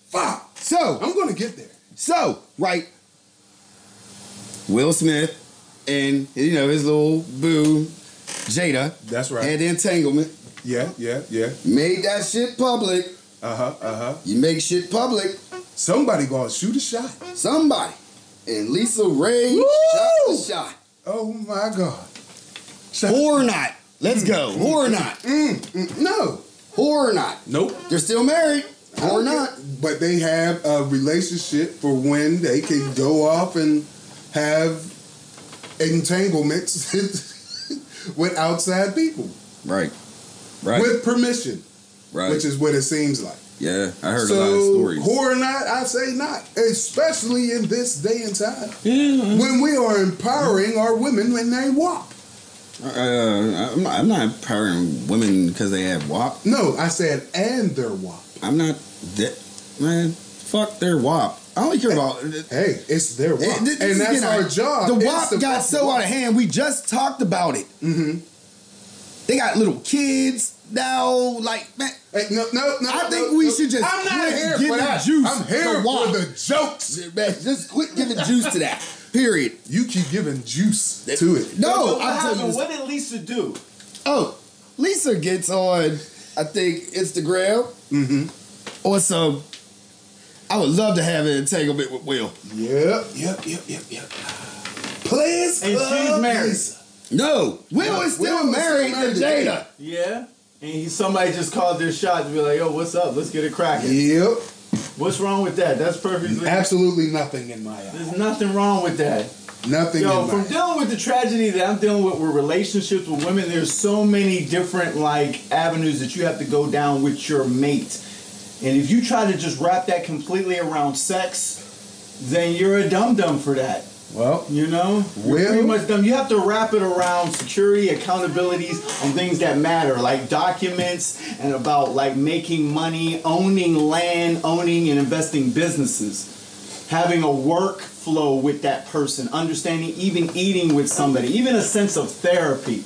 [SPEAKER 2] Fuck.
[SPEAKER 1] So,
[SPEAKER 2] I'm gonna get there.
[SPEAKER 1] so right. Will Smith and you know his little boo, Jada,
[SPEAKER 7] That's right.
[SPEAKER 1] had the entanglement.
[SPEAKER 7] yeah, yeah, yeah.
[SPEAKER 1] Made that shit public.
[SPEAKER 7] Uh
[SPEAKER 2] Uh-huh,
[SPEAKER 7] huh. Uh huh.
[SPEAKER 1] You make shit public.
[SPEAKER 7] Somebody gonna shoot a shot.
[SPEAKER 1] Somebody. And Lisa Ray shot the shot.
[SPEAKER 7] Oh my God.
[SPEAKER 1] Whore or not. Let's go. Hmm. Whore or not.
[SPEAKER 2] No.
[SPEAKER 1] Whore or not.
[SPEAKER 7] Nope.
[SPEAKER 1] They're still married.
[SPEAKER 2] I
[SPEAKER 1] Or
[SPEAKER 2] don't
[SPEAKER 1] not.
[SPEAKER 2] get- But they have a relationship for when they can go off and have entanglements with outside people
[SPEAKER 1] Right. Right.
[SPEAKER 2] with permission,
[SPEAKER 1] right.
[SPEAKER 2] which is what it seems like.
[SPEAKER 1] yeah. I heard
[SPEAKER 2] so,
[SPEAKER 1] a lot of stories.
[SPEAKER 2] whore or not, I say not, especially in this day and time when we are empowering our women when they walk.
[SPEAKER 1] Uh, I'm, not, I'm not empowering women because they have WAP.
[SPEAKER 2] No, I said and their walk.
[SPEAKER 1] I'm not that man. Fuck their WAP. I only care about.
[SPEAKER 2] Hey, it's their walk,
[SPEAKER 1] It- this is
[SPEAKER 2] and that's
[SPEAKER 1] getting
[SPEAKER 2] our
[SPEAKER 1] out-
[SPEAKER 2] job.
[SPEAKER 1] The
[SPEAKER 2] It's
[SPEAKER 1] WAP got
[SPEAKER 2] fucking
[SPEAKER 1] so
[SPEAKER 2] WAP.
[SPEAKER 1] out of hand. We just talked about it.
[SPEAKER 2] Mhm.
[SPEAKER 1] They got little kids now. Like man,
[SPEAKER 2] Hey, no, no, no.
[SPEAKER 1] I
[SPEAKER 2] no,
[SPEAKER 1] think we
[SPEAKER 2] no.
[SPEAKER 1] should just
[SPEAKER 2] I'm not
[SPEAKER 1] quit
[SPEAKER 2] here
[SPEAKER 1] giving
[SPEAKER 2] for that.
[SPEAKER 1] juice
[SPEAKER 2] I'm
[SPEAKER 1] to
[SPEAKER 2] here
[SPEAKER 1] WAP.
[SPEAKER 2] for the jokes.
[SPEAKER 1] man, just quit giving juice to that. Period.
[SPEAKER 2] You keep giving juice to it.
[SPEAKER 1] No,
[SPEAKER 3] what
[SPEAKER 1] I'm
[SPEAKER 3] happened?
[SPEAKER 1] telling you.
[SPEAKER 3] What did Lisa do?
[SPEAKER 1] Oh, Lisa gets on, I think, Instagram
[SPEAKER 2] Mm-hmm.
[SPEAKER 1] or some. I would love to have an entanglement with Will.
[SPEAKER 2] Yep, yep, yep, yep, yep. Please,
[SPEAKER 3] And she's married.
[SPEAKER 1] No, Will is still
[SPEAKER 2] Will is
[SPEAKER 1] married
[SPEAKER 2] still married
[SPEAKER 1] to
[SPEAKER 2] to
[SPEAKER 1] Jada.
[SPEAKER 3] Yeah. And he, somebody just called their shot to be like, yo, what's up? Let's get it cracking.
[SPEAKER 2] Yep.
[SPEAKER 3] What's wrong with that? That's perfectly.
[SPEAKER 2] Absolutely nothing in my eye.
[SPEAKER 3] There's nothing wrong with that.
[SPEAKER 2] Nothing
[SPEAKER 3] Yo,
[SPEAKER 2] in
[SPEAKER 3] from
[SPEAKER 2] my eye.
[SPEAKER 3] dealing with the tragedy that I'm dealing with with relationships with women, there's so many different like avenues that you have to go down with your mate. And if you try to just wrap that completely around sex, then you're a dum dum for that.
[SPEAKER 2] Well,
[SPEAKER 3] You know, you're
[SPEAKER 2] Well-
[SPEAKER 3] pretty much done. You have to wrap it around security, accountabilities on things that matter, like documents and about like making money, owning land, owning and investing businesses, having a workflow with that person, understanding even eating with somebody, even a sense of therapy.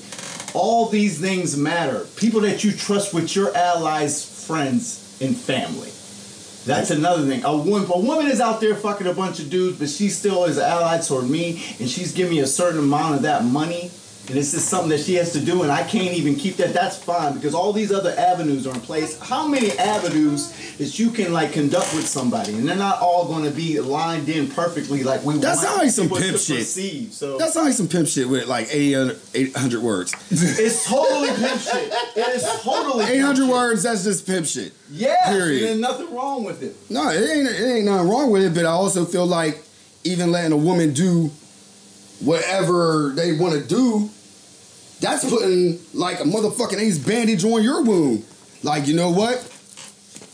[SPEAKER 3] All these things matter. People that you trust with your allies, friends, and family. That's another thing. A woman, a woman is out there fucking a bunch of dudes, but she still is allied toward me, and she's giving me a certain amount of that money, and it's just something that she has to do, and I can't even keep that. That's fine because all these other avenues are in place. How many avenues that you can like conduct with somebody, and they're not all going to be lined in perfectly like we
[SPEAKER 1] That
[SPEAKER 3] want.
[SPEAKER 1] sounds like some
[SPEAKER 3] people
[SPEAKER 1] pimp
[SPEAKER 3] to
[SPEAKER 1] shit.
[SPEAKER 3] perceive. So
[SPEAKER 1] That sounds like some pimp shit with like 800, 800 words.
[SPEAKER 3] it's totally pimp shit. It is totally pimp
[SPEAKER 1] 800
[SPEAKER 3] shit.
[SPEAKER 1] words, that's just pimp shit.
[SPEAKER 3] Yeah,
[SPEAKER 1] Period.
[SPEAKER 3] there's nothing wrong with it.
[SPEAKER 1] No, it ain't, it ain't nothing wrong with it, but I also feel like even letting a woman do whatever they want to do, that's putting like a motherfucking ace bandage on your wound. Like, you know what?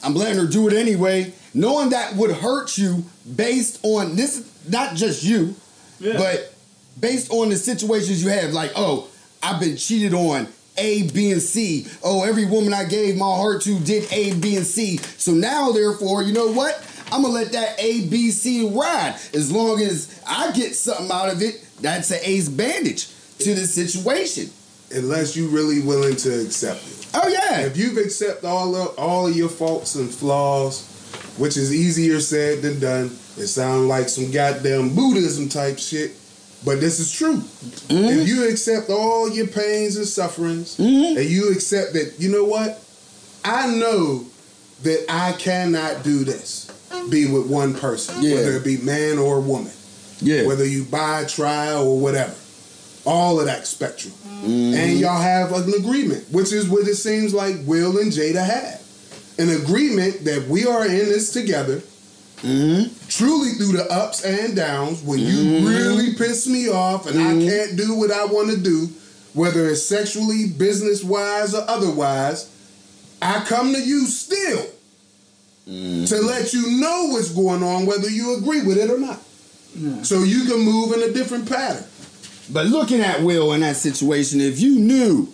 [SPEAKER 1] I'm letting her do it anyway, knowing that would hurt you based on this, not just you,
[SPEAKER 3] Yeah.
[SPEAKER 1] but based on the situations you have, like, oh, I've been cheated on A, B, and C. Oh, every woman I gave my heart to did A, B, and C. So now, therefore, you know what? I'm gonna let that A, B, C ride. As long as I get something out of it, that's an ace bandage to the situation.
[SPEAKER 2] unless you really willing to accept it.
[SPEAKER 1] Oh, yeah.
[SPEAKER 2] If you've accepted all of all of your faults and flaws, which is easier said than done, it sounds like some goddamn Buddhism type shit, but this is true. If you accept all your pains and sufferings, and you accept that, you know what? I know that I cannot do this. Be with one person,
[SPEAKER 1] Yeah.
[SPEAKER 2] whether it be man or woman,
[SPEAKER 1] Yeah.
[SPEAKER 2] whether you buy, try, or whatever. All of that spectrum and y'all have an agreement, which is what it seems like Will and Jada have. An agreement that we are in this together,
[SPEAKER 1] Mhm.
[SPEAKER 2] truly through the ups and downs. When you really piss me off and I can't do what I want to do, whether it's sexually, business wise, or otherwise, I come to you still to let you know what's going on, whether you agree with it or not. So you can move in a different pattern.
[SPEAKER 1] But looking at Will in that situation, if you knew,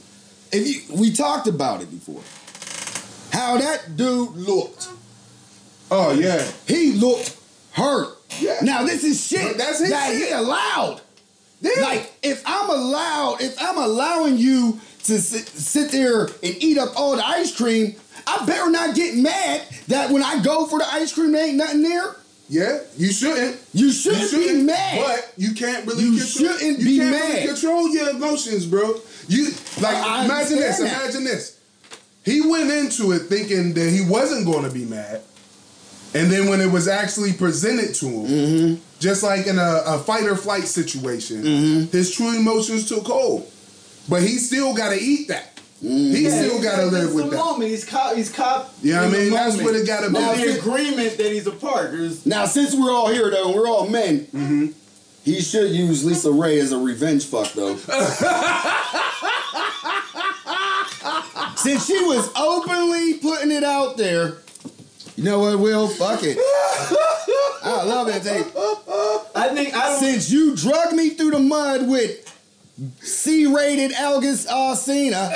[SPEAKER 1] if you, we talked about it before, how that dude looked.
[SPEAKER 2] Oh, yeah.
[SPEAKER 1] He looked hurt.
[SPEAKER 2] Yeah.
[SPEAKER 1] Now this is shit
[SPEAKER 2] That's his
[SPEAKER 1] that
[SPEAKER 2] shit.
[SPEAKER 1] he allowed. Like if I'm allowed, if I'm allowing you to sit, sit there and eat up all the ice cream, I better not get mad that when I go for the ice cream, there ain't nothing there.
[SPEAKER 2] Yeah, you shouldn't.
[SPEAKER 1] You
[SPEAKER 2] You
[SPEAKER 1] shouldn't,
[SPEAKER 2] shouldn't
[SPEAKER 1] be mad.
[SPEAKER 2] But you can't really.
[SPEAKER 1] You
[SPEAKER 2] control,
[SPEAKER 1] shouldn't
[SPEAKER 2] you
[SPEAKER 1] be
[SPEAKER 2] can't
[SPEAKER 1] mad.
[SPEAKER 2] Really control your emotions, bro. You like
[SPEAKER 1] I
[SPEAKER 2] imagine this.
[SPEAKER 1] understand that.
[SPEAKER 2] Imagine this. He went into it thinking that he wasn't going to be mad, and then when it was actually presented to him,
[SPEAKER 1] Mm-hmm.
[SPEAKER 2] just like in a, a fight or flight situation,
[SPEAKER 1] Mm-hmm.
[SPEAKER 2] his true emotions took hold. But he still got to eat that.
[SPEAKER 1] Mm-hmm.
[SPEAKER 2] He still got to live with
[SPEAKER 3] the
[SPEAKER 2] that.
[SPEAKER 3] moment. He's cop. He's cop.
[SPEAKER 2] Yeah, I
[SPEAKER 3] in the
[SPEAKER 2] mean, that's
[SPEAKER 3] moment.
[SPEAKER 2] what it gotta be.
[SPEAKER 3] Now, The agreement that he's a part. There's
[SPEAKER 1] Now, since we're all here though, and we're all men.
[SPEAKER 2] Mm-hmm.
[SPEAKER 1] He should use Lisa Ray as a revenge fuck though. since she was openly putting it out there, you know what, Will? Fuck it. I love that tape.
[SPEAKER 3] I think I don't.
[SPEAKER 1] Since you drug me through the mud with C-rated Algus Alcina.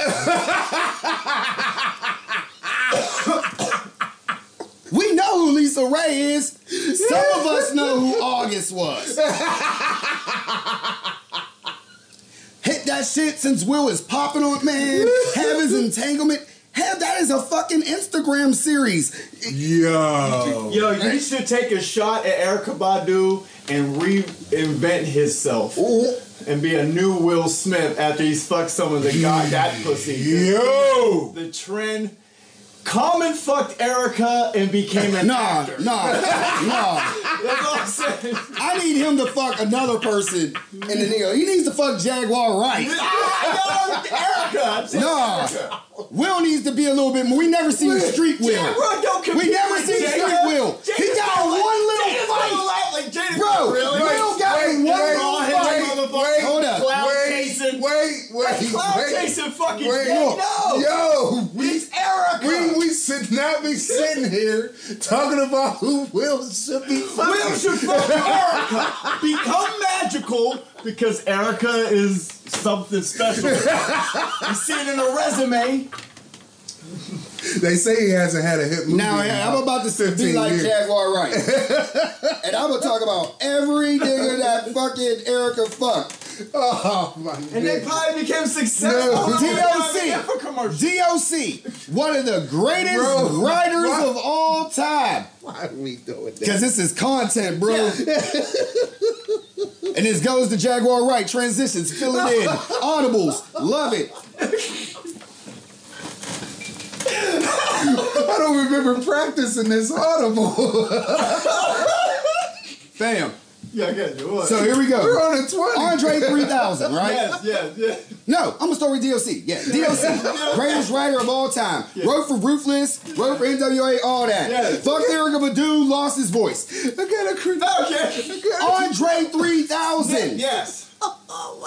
[SPEAKER 1] we know who Lisa Ray is. Some of us know who August was. Hit that shit since Will is popping on man. Have his entanglement. Have that as a fucking Instagram series.
[SPEAKER 2] Yo.
[SPEAKER 3] Yo, you should take a shot at Erica Badu and reinvent himself and be a new Will Smith after he's fucked someone that got that pussy.
[SPEAKER 2] Yo.
[SPEAKER 3] The trend. Common fucked Erica and became an
[SPEAKER 1] Nah,
[SPEAKER 3] actor.
[SPEAKER 1] nah, nah.
[SPEAKER 3] That's all I'm saying.
[SPEAKER 1] I need him to fuck another person, and then he, go, he needs to fuck Jaguar right.
[SPEAKER 3] Ah, no, Erica. I'm saying
[SPEAKER 1] Nah,
[SPEAKER 3] Erica.
[SPEAKER 1] Will needs to be a little bit more. We never seen Street
[SPEAKER 3] Jack
[SPEAKER 1] Will.
[SPEAKER 3] Will, don't compete
[SPEAKER 1] We never
[SPEAKER 3] with
[SPEAKER 1] seen
[SPEAKER 3] Jada.
[SPEAKER 1] Street Will.
[SPEAKER 3] Jada's
[SPEAKER 1] He got
[SPEAKER 3] gonna
[SPEAKER 1] one
[SPEAKER 3] act-
[SPEAKER 1] little
[SPEAKER 3] Jada's
[SPEAKER 1] fight.
[SPEAKER 3] gonna act like Jada.
[SPEAKER 1] Bro,
[SPEAKER 3] Really?
[SPEAKER 1] Will got
[SPEAKER 2] Wait,
[SPEAKER 1] one
[SPEAKER 2] wait,
[SPEAKER 1] little
[SPEAKER 2] wait,
[SPEAKER 1] fight.
[SPEAKER 2] wait,
[SPEAKER 3] wait,
[SPEAKER 1] Hold up.
[SPEAKER 3] Cloud
[SPEAKER 2] wait,
[SPEAKER 3] chasing.
[SPEAKER 2] Wait, wait,
[SPEAKER 3] Like
[SPEAKER 2] wait.
[SPEAKER 3] cloud chasing fucking
[SPEAKER 2] wait.
[SPEAKER 3] Jay. No.
[SPEAKER 2] Yo, we,
[SPEAKER 3] It's Erica.
[SPEAKER 2] we, we should not be sitting here talking about who Will should be
[SPEAKER 3] Will
[SPEAKER 2] fucking.
[SPEAKER 3] should fuck Erica. Become magical because Erica is something special. you see it in her resume.
[SPEAKER 2] They say he hasn't had a hit movie.
[SPEAKER 1] Now
[SPEAKER 2] in
[SPEAKER 1] I'm about to be
[SPEAKER 2] 15
[SPEAKER 1] like
[SPEAKER 2] years.
[SPEAKER 1] Jaguar right, and I'm gonna talk about every nigga that fucking Erica fucked.
[SPEAKER 2] Oh my
[SPEAKER 3] And they
[SPEAKER 2] god.
[SPEAKER 3] probably became successful.
[SPEAKER 2] No.
[SPEAKER 3] Oh, my God,
[SPEAKER 1] TLC.
[SPEAKER 3] they for commercials.
[SPEAKER 1] DOC, one of the greatest
[SPEAKER 2] Bro,
[SPEAKER 1] writers
[SPEAKER 2] why-
[SPEAKER 1] of all time.
[SPEAKER 2] Why are we doing that?
[SPEAKER 1] Because this is content, bro. and this goes to Jaguar Right. Transitions, fill it in. Audibles, love it.
[SPEAKER 2] I don't remember practicing this audible.
[SPEAKER 1] Fam.
[SPEAKER 3] Yeah, I got you. What?
[SPEAKER 1] So here we
[SPEAKER 2] We're
[SPEAKER 1] go.
[SPEAKER 2] on a 20.
[SPEAKER 1] Andre 3000, right?
[SPEAKER 3] yes, yes, yes.
[SPEAKER 1] No, I'm gonna start with DOC. Yeah, DOC, greatest writer of all time. Wrote for Ruthless, wrote for NWA, all that.
[SPEAKER 3] Yes.
[SPEAKER 1] Fuck Erica Badu, lost his voice.
[SPEAKER 2] I got a crit.
[SPEAKER 3] Okay.
[SPEAKER 1] Andre 3000.
[SPEAKER 3] Yes.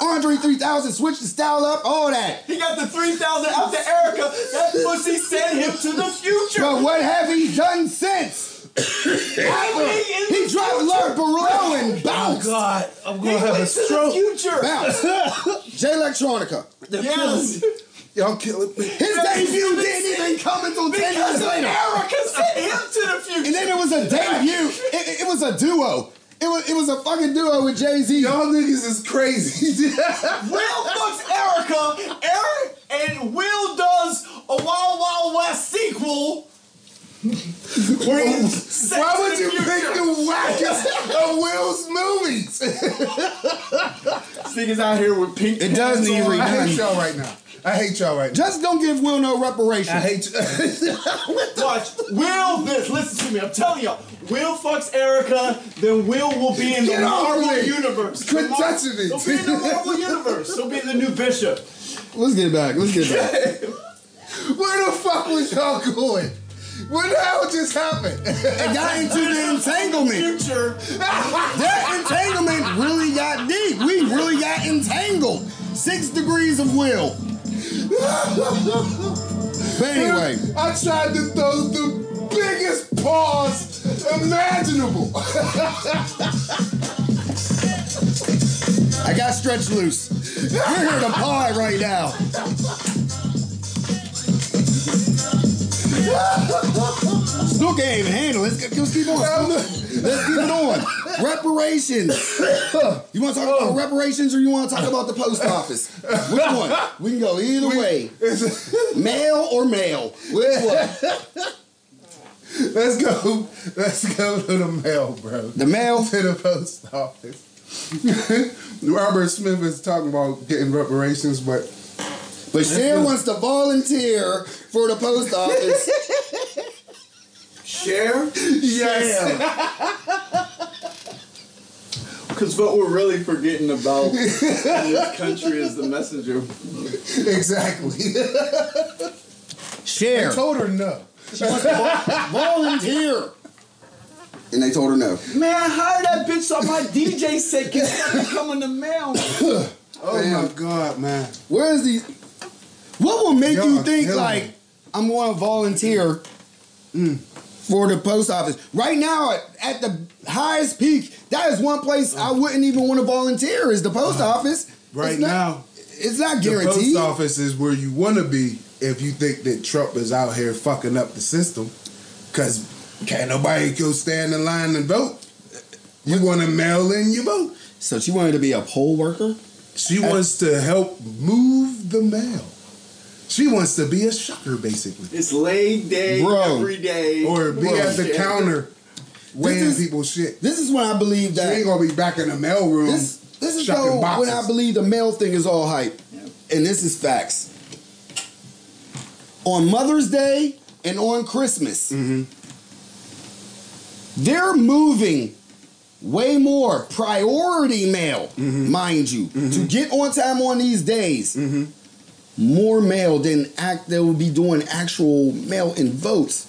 [SPEAKER 1] Andre 3000 switched the style up, all that.
[SPEAKER 3] He got the 3,000 after Erica. That pussy sent him to the future.
[SPEAKER 1] But what have he done since?
[SPEAKER 3] Everything in
[SPEAKER 1] He
[SPEAKER 3] the
[SPEAKER 1] dropped Lord Burrell and
[SPEAKER 4] Oh
[SPEAKER 1] bounced.
[SPEAKER 4] God, I'm
[SPEAKER 3] He
[SPEAKER 4] gonna have a
[SPEAKER 3] went to the
[SPEAKER 4] stroke.
[SPEAKER 3] future.
[SPEAKER 1] Bounce. J Electronica.
[SPEAKER 3] Yes.
[SPEAKER 2] Y'all killing me.
[SPEAKER 1] His debut didn't even come until 10
[SPEAKER 3] Because
[SPEAKER 1] years
[SPEAKER 3] of
[SPEAKER 1] later.
[SPEAKER 3] Erica sent him to the future.
[SPEAKER 1] And then it was a debut. It, it- it was a duo. It was, it was a fucking duo with Jay Z.
[SPEAKER 2] Y'all niggas is crazy.
[SPEAKER 3] Will fucks Erica. Eric and Will does a Wild Wild West sequel. Where he sent
[SPEAKER 2] Why
[SPEAKER 3] to
[SPEAKER 2] would
[SPEAKER 3] the
[SPEAKER 2] you pick
[SPEAKER 3] future.
[SPEAKER 2] the wackest of Will's movies?
[SPEAKER 3] Niggas out here with pink.
[SPEAKER 1] It does need
[SPEAKER 2] Oh, I hate
[SPEAKER 1] redone.
[SPEAKER 2] y'all right now. I hate y'all right now.
[SPEAKER 1] Just don't give Will no
[SPEAKER 2] I
[SPEAKER 1] reparations.
[SPEAKER 2] hate you.
[SPEAKER 3] Watch. Will this? Listen to me. I'm telling y'all. Will fucks Erica. Then Will will be in
[SPEAKER 2] Get
[SPEAKER 3] the
[SPEAKER 2] off
[SPEAKER 3] Marvel
[SPEAKER 2] me.
[SPEAKER 3] universe.
[SPEAKER 2] Quit
[SPEAKER 3] The Mar-
[SPEAKER 2] touching it.
[SPEAKER 3] He'll be in the Marvel universe. He'll be the new bishop.
[SPEAKER 1] Let's get back. Let's get back.
[SPEAKER 2] Where the fuck was y'all going? What the hell just happened?
[SPEAKER 1] It got into the entanglement.
[SPEAKER 3] Future.
[SPEAKER 1] That entanglement really got deep. We really got entangled. Six degrees of Will. But anyway.
[SPEAKER 2] I tried to throw the biggest pause imaginable.
[SPEAKER 1] I got stretched loose. We're here to pie right now. Snook ain't even handle. it. Let's, let's keep on. Snook. Let's keep it on. Reparations. You want to talk about reparations or you want to talk about the post office? Which one? We can go either way. Mail or mail. Which one?
[SPEAKER 2] Let's go. Let's go to the mail, bro.
[SPEAKER 1] The mail.
[SPEAKER 2] To the post office. Robert Smith is talking about getting reparations, but
[SPEAKER 1] But Cher wants to volunteer for the post office.
[SPEAKER 3] Share?
[SPEAKER 1] yes.
[SPEAKER 3] Because what we're really forgetting about in this country is the messenger.
[SPEAKER 2] exactly.
[SPEAKER 1] Cher.
[SPEAKER 2] Told her no.
[SPEAKER 1] She wants to vol- volunteer. And they told her no.
[SPEAKER 3] Man, hire that bitch on my DJ set. Get that coming to mail.
[SPEAKER 2] Oh my god, man.
[SPEAKER 1] Where is these? What will make you
[SPEAKER 2] Y'all
[SPEAKER 1] think
[SPEAKER 2] killing
[SPEAKER 1] like
[SPEAKER 2] me.
[SPEAKER 1] I'm going to volunteer mm, for the post office? Right now, at, at the highest peak, that is one place I wouldn't even want to volunteer is the post office.
[SPEAKER 2] Uh-huh. Right
[SPEAKER 1] it's not,
[SPEAKER 2] now,
[SPEAKER 1] it's not
[SPEAKER 2] the post
[SPEAKER 1] guaranteed.
[SPEAKER 2] office is where you want to be if you think that Trump is out here fucking up the system. Cause can't nobody go stand in line and vote. You want to mail in your vote.
[SPEAKER 1] So she wanted to be a poll worker.
[SPEAKER 2] She wants to help move the mail. She wants to be a shucker, basically,
[SPEAKER 3] It's laid day
[SPEAKER 1] Bro.
[SPEAKER 3] every day.
[SPEAKER 2] or be at the
[SPEAKER 3] Share.
[SPEAKER 2] counter weighing
[SPEAKER 1] is-
[SPEAKER 2] people's shit.
[SPEAKER 1] This is when I believe
[SPEAKER 2] She
[SPEAKER 1] that
[SPEAKER 2] ain't gonna be back in the mail room.
[SPEAKER 1] this this is
[SPEAKER 2] Shocking
[SPEAKER 1] though
[SPEAKER 2] boxes.
[SPEAKER 1] when I believe the male thing is all hype, and this is facts. On Mother's Day and on Christmas,
[SPEAKER 2] Mm-hmm.
[SPEAKER 1] they're moving way more priority mail,
[SPEAKER 2] Mm-hmm.
[SPEAKER 1] mind you, to get on time on these days.
[SPEAKER 2] Mm-hmm.
[SPEAKER 1] More mail than act they will be doing actual mail in votes.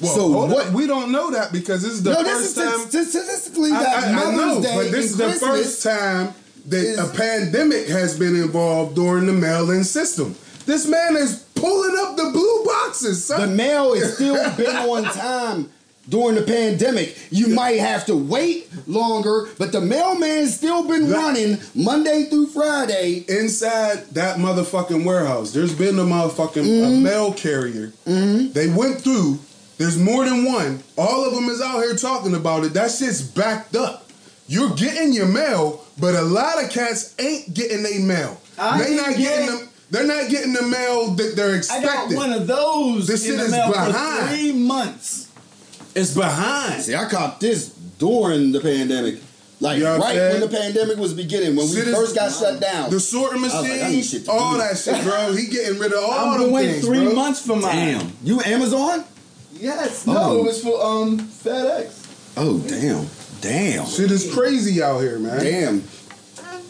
[SPEAKER 2] Well,
[SPEAKER 1] so
[SPEAKER 2] hold
[SPEAKER 1] what?
[SPEAKER 2] on. We don't know that because this is the
[SPEAKER 1] no,
[SPEAKER 2] first
[SPEAKER 1] this is
[SPEAKER 2] time.
[SPEAKER 1] st- statistically
[SPEAKER 2] I,
[SPEAKER 1] that
[SPEAKER 2] I- I
[SPEAKER 1] Mother's
[SPEAKER 2] know,
[SPEAKER 1] Day
[SPEAKER 2] but
[SPEAKER 1] and
[SPEAKER 2] this is the
[SPEAKER 1] Christmas,
[SPEAKER 2] first time that
[SPEAKER 1] is-
[SPEAKER 2] a pandemic has been involved during the mail-in system. This man is pulling up the blue boxes,
[SPEAKER 1] The
[SPEAKER 2] son.
[SPEAKER 1] mail is still been on time during the pandemic. You might have to wait longer, but the mailman's still been
[SPEAKER 2] Yeah.
[SPEAKER 1] running Monday through Friday.
[SPEAKER 2] Inside that motherfucking warehouse, there's been a motherfucking
[SPEAKER 1] Mm-hmm.
[SPEAKER 2] a mail carrier. They went through. There's more than one. All of them is out here talking about it. That shit's backed up. You're getting your mail, but a lot of cats ain't getting their mail.
[SPEAKER 3] I
[SPEAKER 2] they
[SPEAKER 3] ain't
[SPEAKER 2] not getting
[SPEAKER 3] getting-
[SPEAKER 2] them. They're not getting the mail that they're
[SPEAKER 3] I
[SPEAKER 2] expecting.
[SPEAKER 3] got one of those
[SPEAKER 2] This
[SPEAKER 3] in
[SPEAKER 2] shit
[SPEAKER 3] the
[SPEAKER 2] is
[SPEAKER 3] mail for
[SPEAKER 2] behind.
[SPEAKER 3] three months.
[SPEAKER 2] It's behind.
[SPEAKER 1] See, I caught this during the pandemic. Like
[SPEAKER 2] You know what I'm
[SPEAKER 1] right when
[SPEAKER 2] saying?
[SPEAKER 1] the pandemic was beginning, when we
[SPEAKER 2] Shit is-
[SPEAKER 1] first got shut down.
[SPEAKER 2] The sorting
[SPEAKER 1] was like, I
[SPEAKER 2] machine,
[SPEAKER 1] need shit to
[SPEAKER 2] all
[SPEAKER 1] do.
[SPEAKER 2] that shit, bro. He getting rid of all
[SPEAKER 3] I'm
[SPEAKER 2] them
[SPEAKER 3] gonna wait
[SPEAKER 2] things,
[SPEAKER 3] three
[SPEAKER 2] bro.
[SPEAKER 3] months for mine.
[SPEAKER 1] Damn. You Amazon?
[SPEAKER 3] Yes. No,
[SPEAKER 1] Oh.
[SPEAKER 3] it was for um FedEx.
[SPEAKER 1] Oh damn. Damn.
[SPEAKER 2] Shit is crazy out here, man.
[SPEAKER 1] Damn.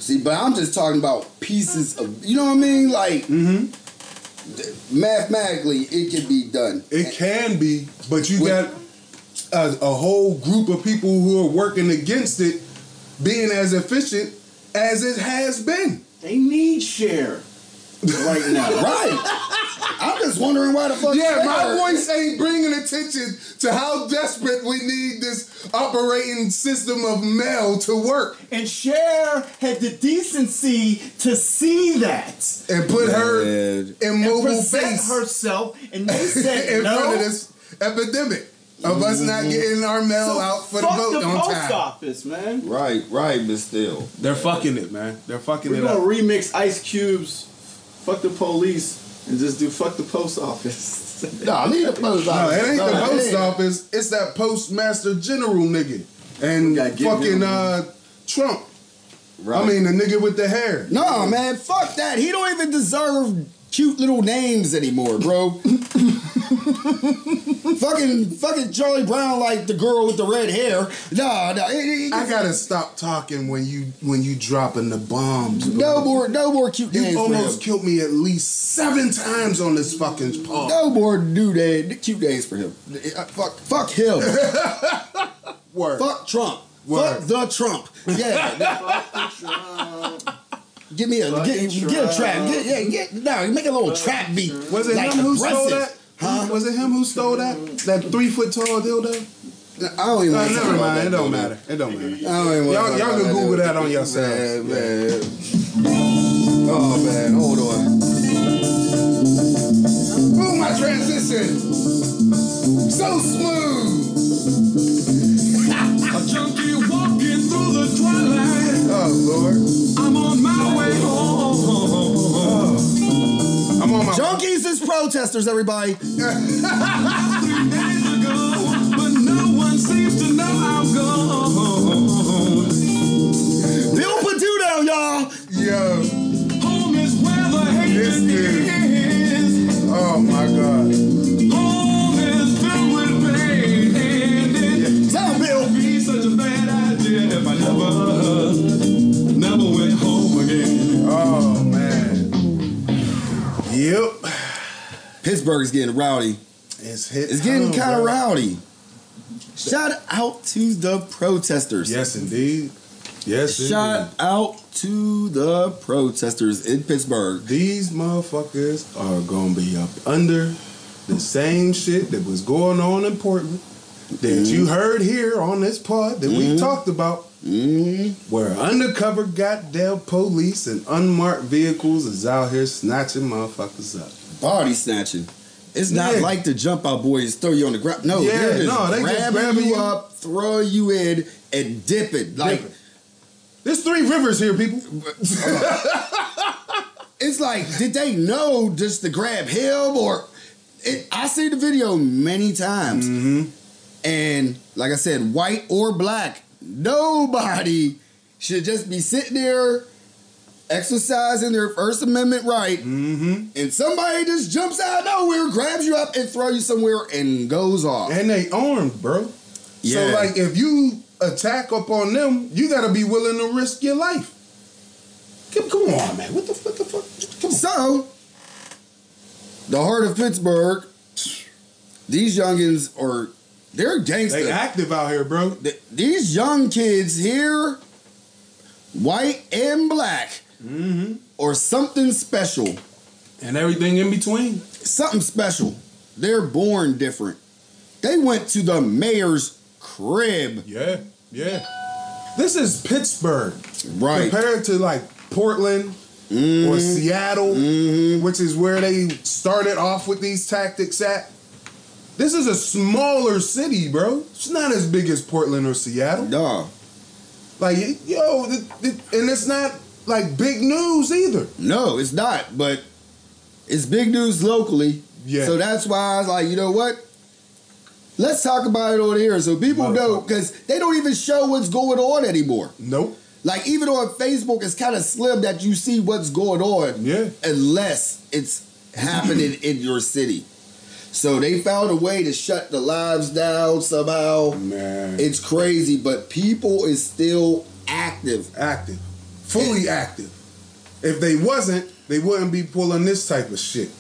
[SPEAKER 1] See, but I'm just talking about pieces of you know what I mean? Like
[SPEAKER 2] Mm-hmm.
[SPEAKER 1] mathematically it could be done.
[SPEAKER 2] It can be, but you
[SPEAKER 1] With-
[SPEAKER 2] got a, a whole group of people who are working against it being as efficient as it has been.
[SPEAKER 3] They need share right now.
[SPEAKER 1] Right. I'm just wondering why the fuck.
[SPEAKER 2] Yeah, my
[SPEAKER 1] Sarah-
[SPEAKER 2] voice ain't bringing attention to how desperate we need this operating system of mail to work
[SPEAKER 3] and Cher had the decency to see that
[SPEAKER 2] and put her
[SPEAKER 1] Man.
[SPEAKER 3] and
[SPEAKER 2] immobile
[SPEAKER 3] present
[SPEAKER 2] face
[SPEAKER 3] herself. And they
[SPEAKER 2] in
[SPEAKER 3] said
[SPEAKER 2] front
[SPEAKER 3] no.
[SPEAKER 2] of this epidemic of us not getting our mail
[SPEAKER 3] So
[SPEAKER 2] out for the
[SPEAKER 3] fuck
[SPEAKER 2] vote
[SPEAKER 3] the
[SPEAKER 2] on
[SPEAKER 3] post
[SPEAKER 2] time.
[SPEAKER 3] office, man.
[SPEAKER 1] Right, right, but still.
[SPEAKER 8] They're fucking it, man. They're fucking
[SPEAKER 3] We're
[SPEAKER 8] it
[SPEAKER 3] gonna
[SPEAKER 8] up.
[SPEAKER 3] remix Ice Cube's "Fuck the Police" and just do "Fuck the Post Office."
[SPEAKER 1] Nah, leave the post
[SPEAKER 2] No, it ain't the
[SPEAKER 1] Nah,
[SPEAKER 2] post
[SPEAKER 1] ain't.
[SPEAKER 2] office. It's that postmaster general nigga and
[SPEAKER 3] We gotta get
[SPEAKER 2] fucking
[SPEAKER 3] him.
[SPEAKER 2] uh, Trump.
[SPEAKER 1] Right.
[SPEAKER 2] I mean, the nigga with the hair.
[SPEAKER 1] No, man, fuck that. He don't even deserve cute little names anymore, bro. fucking, fucking Charlie Brown like the girl with the red hair. Nah, nah, he- he- he-
[SPEAKER 2] I gotta stop talking when you when you dropping the bombs. bro.
[SPEAKER 1] no more, no more cute names.
[SPEAKER 2] You
[SPEAKER 1] for
[SPEAKER 2] almost
[SPEAKER 1] him.
[SPEAKER 2] killed me at least seven times on this fucking pod.
[SPEAKER 1] No more new day, cute names for him. Uh, Fuck, fuck him.
[SPEAKER 2] Word.
[SPEAKER 1] fuck Trump.
[SPEAKER 2] Word.
[SPEAKER 1] Fuck the Trump. Yeah. Give me a
[SPEAKER 3] Fucking
[SPEAKER 1] get, get a trap.
[SPEAKER 3] trap.
[SPEAKER 1] Get, yeah, get no, make a little trap beat.
[SPEAKER 2] Was it
[SPEAKER 1] like
[SPEAKER 2] him who stole that?
[SPEAKER 1] aggressive.
[SPEAKER 2] Was it him who stole that? That three foot tall dildo?
[SPEAKER 1] I don't even.
[SPEAKER 2] Uh,
[SPEAKER 1] wanna talk
[SPEAKER 2] never
[SPEAKER 1] about
[SPEAKER 2] mind.
[SPEAKER 1] that,
[SPEAKER 2] It
[SPEAKER 1] dude.
[SPEAKER 2] don't matter. It don't matter.
[SPEAKER 1] I don't even wanna
[SPEAKER 2] Y'all-
[SPEAKER 1] talk
[SPEAKER 2] y'all
[SPEAKER 1] about
[SPEAKER 2] can
[SPEAKER 1] that,
[SPEAKER 2] Google
[SPEAKER 1] dude.
[SPEAKER 2] that on yourselves.
[SPEAKER 1] Man, man. Oh man, hold on.
[SPEAKER 2] Boom! My transition.
[SPEAKER 5] So smooth.
[SPEAKER 6] A junkie walking through the twilight.
[SPEAKER 5] Oh Lord.
[SPEAKER 6] I'm on my way home.
[SPEAKER 5] I'm on my
[SPEAKER 1] Junkies is protesters, everybody.
[SPEAKER 6] Three days ago, but no one seems to know I'm gone.
[SPEAKER 1] Bill Peduto, y'all.
[SPEAKER 5] yo.
[SPEAKER 6] Home is where the hatred is.
[SPEAKER 5] Oh my God.
[SPEAKER 6] Home is filled with pain. And it
[SPEAKER 1] Tell 'em, Bill.
[SPEAKER 6] would be such a bad idea if I never, never went home again.
[SPEAKER 5] Oh man.
[SPEAKER 2] Yep.
[SPEAKER 1] Pittsburgh is getting rowdy.
[SPEAKER 2] It's hit.
[SPEAKER 1] It's getting
[SPEAKER 2] time,
[SPEAKER 1] kind of
[SPEAKER 2] bro.
[SPEAKER 1] rowdy. Shout out to the protesters.
[SPEAKER 2] Yes, indeed. Yes,
[SPEAKER 1] Shout
[SPEAKER 2] indeed.
[SPEAKER 1] out to the protesters in Pittsburgh.
[SPEAKER 2] These motherfuckers are gonna be up under the same shit that was going on in Portland that you heard here on this pod that we talked about.
[SPEAKER 1] Mm,
[SPEAKER 2] Where undercover goddamn police and unmarked vehicles is out here snatching motherfuckers up.
[SPEAKER 1] body snatching. It's not
[SPEAKER 2] Yeah.
[SPEAKER 1] like the jump out boys throw you on the ground. No,
[SPEAKER 2] Yeah,
[SPEAKER 1] they're just
[SPEAKER 2] no, they just
[SPEAKER 1] grabbing
[SPEAKER 2] grabbing
[SPEAKER 1] you
[SPEAKER 2] you.
[SPEAKER 1] up, throw you in, and dip it. Like
[SPEAKER 2] Dip There's three rivers here, people.
[SPEAKER 1] it's like, did they know just to grab him or? It, I see the video many times,
[SPEAKER 2] Mm-hmm.
[SPEAKER 1] and like I said, white or black, nobody should just be sitting there exercising their First Amendment right,
[SPEAKER 2] Mm-hmm.
[SPEAKER 1] and somebody just jumps out of nowhere, grabs you up, and throw you somewhere, and goes off.
[SPEAKER 2] And they armed, bro. So like if you attack up on them, you gotta be willing to risk your life. Come, come on, man. What the fuck the fuck? Come on.
[SPEAKER 1] So, the heart of Pittsburgh, these youngins are, they're gangsters.
[SPEAKER 2] They active out here, bro.
[SPEAKER 1] Th- these young kids here, white and black,
[SPEAKER 2] Mm-hmm.
[SPEAKER 1] are something special.
[SPEAKER 2] And everything in between.
[SPEAKER 1] Something special. They're born different. They went to the mayor's crib.
[SPEAKER 2] Yeah, yeah. This is Pittsburgh.
[SPEAKER 1] Right.
[SPEAKER 2] Compared to like Portland or Seattle, which is where they started off with these tactics at. This is a smaller city, bro. It's not as big as Portland or Seattle.
[SPEAKER 1] Duh.
[SPEAKER 2] Like, yo, th- th- and it's not like big news either.
[SPEAKER 1] No, it's not, but it's big news locally.
[SPEAKER 2] Yeah.
[SPEAKER 1] So that's why I was like, you know what? Let's talk about it on here so people know,
[SPEAKER 2] Motherfucker.
[SPEAKER 1] because they don't even show what's going on anymore.
[SPEAKER 2] Nope.
[SPEAKER 1] Like, even on Facebook, it's kind of slim that you see what's going on
[SPEAKER 2] Yeah.
[SPEAKER 1] unless it's happening in your city. So they found a way to shut the lives down somehow.
[SPEAKER 2] Man.
[SPEAKER 1] It's crazy, but people is still active.
[SPEAKER 2] active. Fully active. If they wasn't, they wouldn't be pulling this type of shit.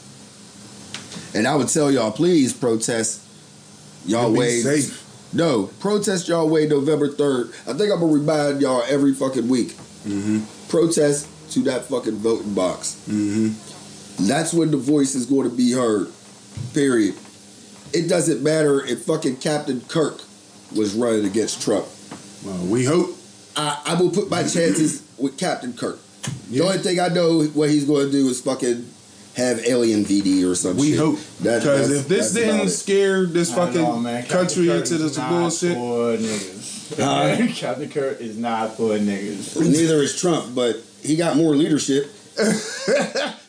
[SPEAKER 1] And I would tell y'all, please protest y'all
[SPEAKER 2] And be
[SPEAKER 1] way.
[SPEAKER 2] safe.
[SPEAKER 1] No, protest y'all way November 3rd. I think I'm going to remind y'all every fucking week. Protest to that fucking voting box.
[SPEAKER 2] Mm-hmm.
[SPEAKER 1] That's when the voice is going to be heard. Period. It doesn't matter if fucking Captain Kirk was running against Trump.
[SPEAKER 2] Well, we hope.
[SPEAKER 1] I, I will put my chances with Captain Kirk.
[SPEAKER 2] Yeah.
[SPEAKER 1] The only thing I know what he's going to do is fucking have alien VD or some
[SPEAKER 2] We
[SPEAKER 1] shit.
[SPEAKER 2] hope.
[SPEAKER 1] That-
[SPEAKER 2] Because
[SPEAKER 1] that's-
[SPEAKER 2] if this
[SPEAKER 1] that's about
[SPEAKER 2] didn't
[SPEAKER 1] it.
[SPEAKER 2] scare this
[SPEAKER 3] I
[SPEAKER 2] fucking
[SPEAKER 3] know, man. Captain
[SPEAKER 2] country
[SPEAKER 3] Kirk
[SPEAKER 2] into
[SPEAKER 3] is
[SPEAKER 2] this
[SPEAKER 3] not
[SPEAKER 2] bullshit.
[SPEAKER 3] For niggas. Captain Kirk is not for niggas.
[SPEAKER 1] Neither is Trump, but he got more leadership.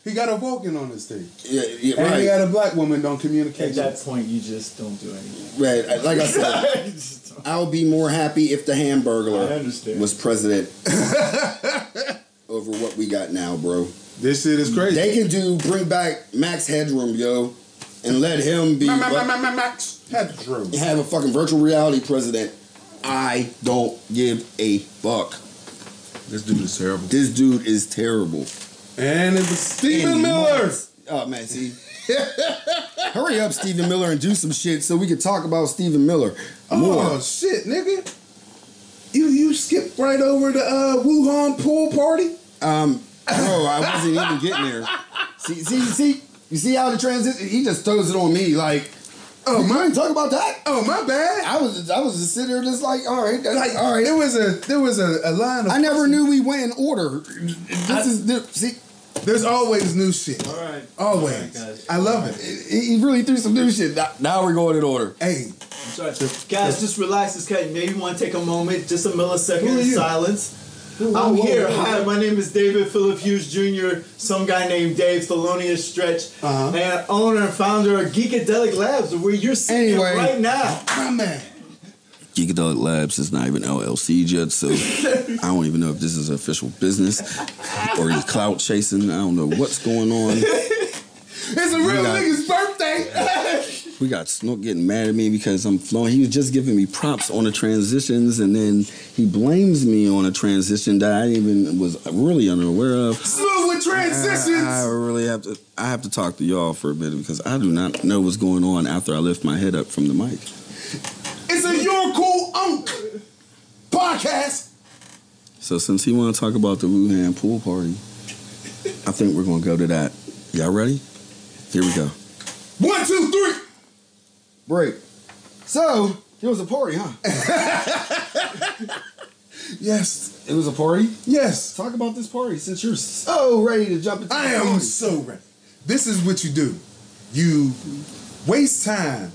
[SPEAKER 2] he got a walking on his thing.
[SPEAKER 1] Yeah, yeah,
[SPEAKER 2] And he
[SPEAKER 1] right.
[SPEAKER 2] got a black woman don't
[SPEAKER 3] At
[SPEAKER 2] communicate.
[SPEAKER 3] that point, you just don't do anything.
[SPEAKER 1] Right. Like I said,
[SPEAKER 3] You just don't.
[SPEAKER 1] I'll be more happy if the
[SPEAKER 3] I
[SPEAKER 1] Hamburglar
[SPEAKER 3] understand.
[SPEAKER 1] was president over what we got now, bro.
[SPEAKER 2] This shit is crazy.
[SPEAKER 1] They can do bring back Max Headroom, yo, and let him be
[SPEAKER 2] Max Pedro.
[SPEAKER 1] have a fucking virtual reality president. I don't give a fuck.
[SPEAKER 2] This dude is terrible.
[SPEAKER 1] This dude is terrible.
[SPEAKER 2] And it was Stephen
[SPEAKER 1] And
[SPEAKER 2] Miller.
[SPEAKER 1] Mark- Oh man, see. Hurry up, Stephen Miller, and do some shit so we can talk about Stephen Miller more.
[SPEAKER 2] Oh shit, nigga! You you skipped right over the uh, Wuhan pool party.
[SPEAKER 1] Um, bro, I wasn't even getting there. See, see, see, you see how the transition? He just throws it on me, like, oh, you ain't talk about that.
[SPEAKER 2] Oh my bad.
[SPEAKER 1] I was, I was just sitting there, just like, all right, that's,
[SPEAKER 2] Like
[SPEAKER 1] all right.
[SPEAKER 2] there was a there was a, a line of
[SPEAKER 1] I never knew we went in order. This is the see.
[SPEAKER 2] There's always new shit.
[SPEAKER 3] All right.
[SPEAKER 2] Always.
[SPEAKER 3] All right, guys.
[SPEAKER 2] I love it.
[SPEAKER 1] He he really threw some new shit. Now- Now we're going in order.
[SPEAKER 2] Hey,
[SPEAKER 3] Sorry. Guys, just relax. This guy, maybe you want to take a moment, just a
[SPEAKER 2] Who
[SPEAKER 3] millisecond
[SPEAKER 2] are
[SPEAKER 3] of
[SPEAKER 2] you?
[SPEAKER 3] silence.
[SPEAKER 2] whoa,
[SPEAKER 3] I'm
[SPEAKER 2] whoa,
[SPEAKER 3] here.
[SPEAKER 2] whoa.
[SPEAKER 3] Hi, my name is David Philip Hughes Jr., some guy named Dave Thelonious Stretch,
[SPEAKER 2] Uh-huh.
[SPEAKER 3] and owner and founder of Geekadelic Labs, where you're sitting
[SPEAKER 1] Anyway.
[SPEAKER 3] right now.
[SPEAKER 2] my man.
[SPEAKER 1] Geekadelic Labs is not even LLC yet, so I don't even know if this is official business or he's clout chasing. I don't know what's going on.
[SPEAKER 2] It's a real
[SPEAKER 1] got-
[SPEAKER 2] nigga's birthday.
[SPEAKER 1] We got Snook getting mad at me because I'm flowing. He was just giving me props on the transitions, and then he blames me on a transition that I even was really unaware of.
[SPEAKER 2] Smooth with transitions.
[SPEAKER 1] I really have to. I have to talk to y'all for a minute because I do not know what's going on after I lift my head up from the mic.
[SPEAKER 2] it's a Your Cool Unk podcast.
[SPEAKER 1] So since he want to talk about the Wuhan pool party, I think we're gonna go to that. Y'all ready? Here we go.
[SPEAKER 2] One, two, three.
[SPEAKER 1] Break. So it was a party, huh?
[SPEAKER 2] Yes.
[SPEAKER 1] It was a party.
[SPEAKER 2] Yes.
[SPEAKER 1] Talk about this party since you're so ready to jump into.
[SPEAKER 2] I am so ready. This is what you do. You waste time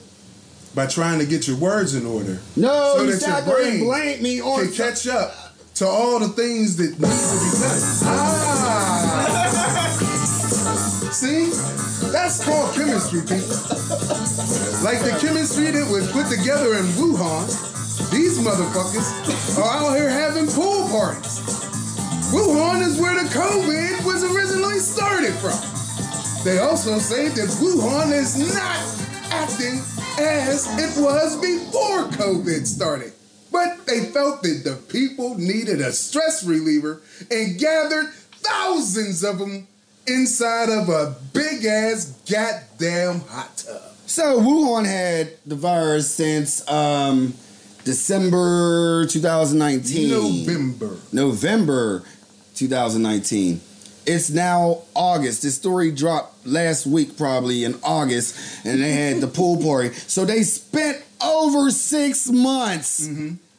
[SPEAKER 2] by trying to get your words in order
[SPEAKER 1] No,
[SPEAKER 2] So
[SPEAKER 1] you
[SPEAKER 2] that
[SPEAKER 1] sat
[SPEAKER 2] your
[SPEAKER 1] there and
[SPEAKER 2] brain
[SPEAKER 1] blamed me on.
[SPEAKER 2] to catch up to all the things that need to be done. Ah. See? That's called chemistry, people. Like the chemistry that was put together in Wuhan, these motherfuckers are out here having pool parties. Wuhan is where the COVID was originally started from. They also say that Wuhan is not acting as it was before COVID started. But they felt that the people needed a stress reliever and gathered thousands of them inside of a big ass goddamn hot tub.
[SPEAKER 1] So Wuhan had the virus since um, December 2019.
[SPEAKER 2] November.
[SPEAKER 1] November 2019. It's now August. This story dropped last week, probably in August, and they had the pool party. So they spent over six months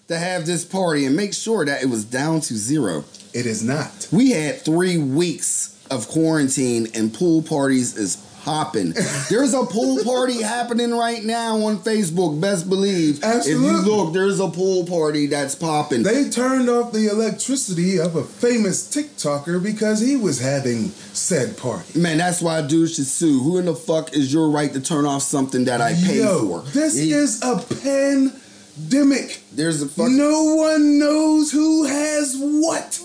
[SPEAKER 1] to have this party and make sure that it was down to zero.
[SPEAKER 2] It is not.
[SPEAKER 1] We had three weeks of quarantine and pool parties is popping. There's a pool party happening right now on Facebook. Best believe. If
[SPEAKER 2] Absolutely.
[SPEAKER 1] you look, there's a pool party that's popping.
[SPEAKER 2] They turned off the electricity of a famous TikToker because he was having said party.
[SPEAKER 1] Man, that's why dudes should sue. Who in the fuck is your right to turn off something that I paid
[SPEAKER 2] Yo,
[SPEAKER 1] for?
[SPEAKER 2] this
[SPEAKER 1] Yeah,
[SPEAKER 2] is a pandemic.
[SPEAKER 1] there's a fucking
[SPEAKER 2] No one knows who has what.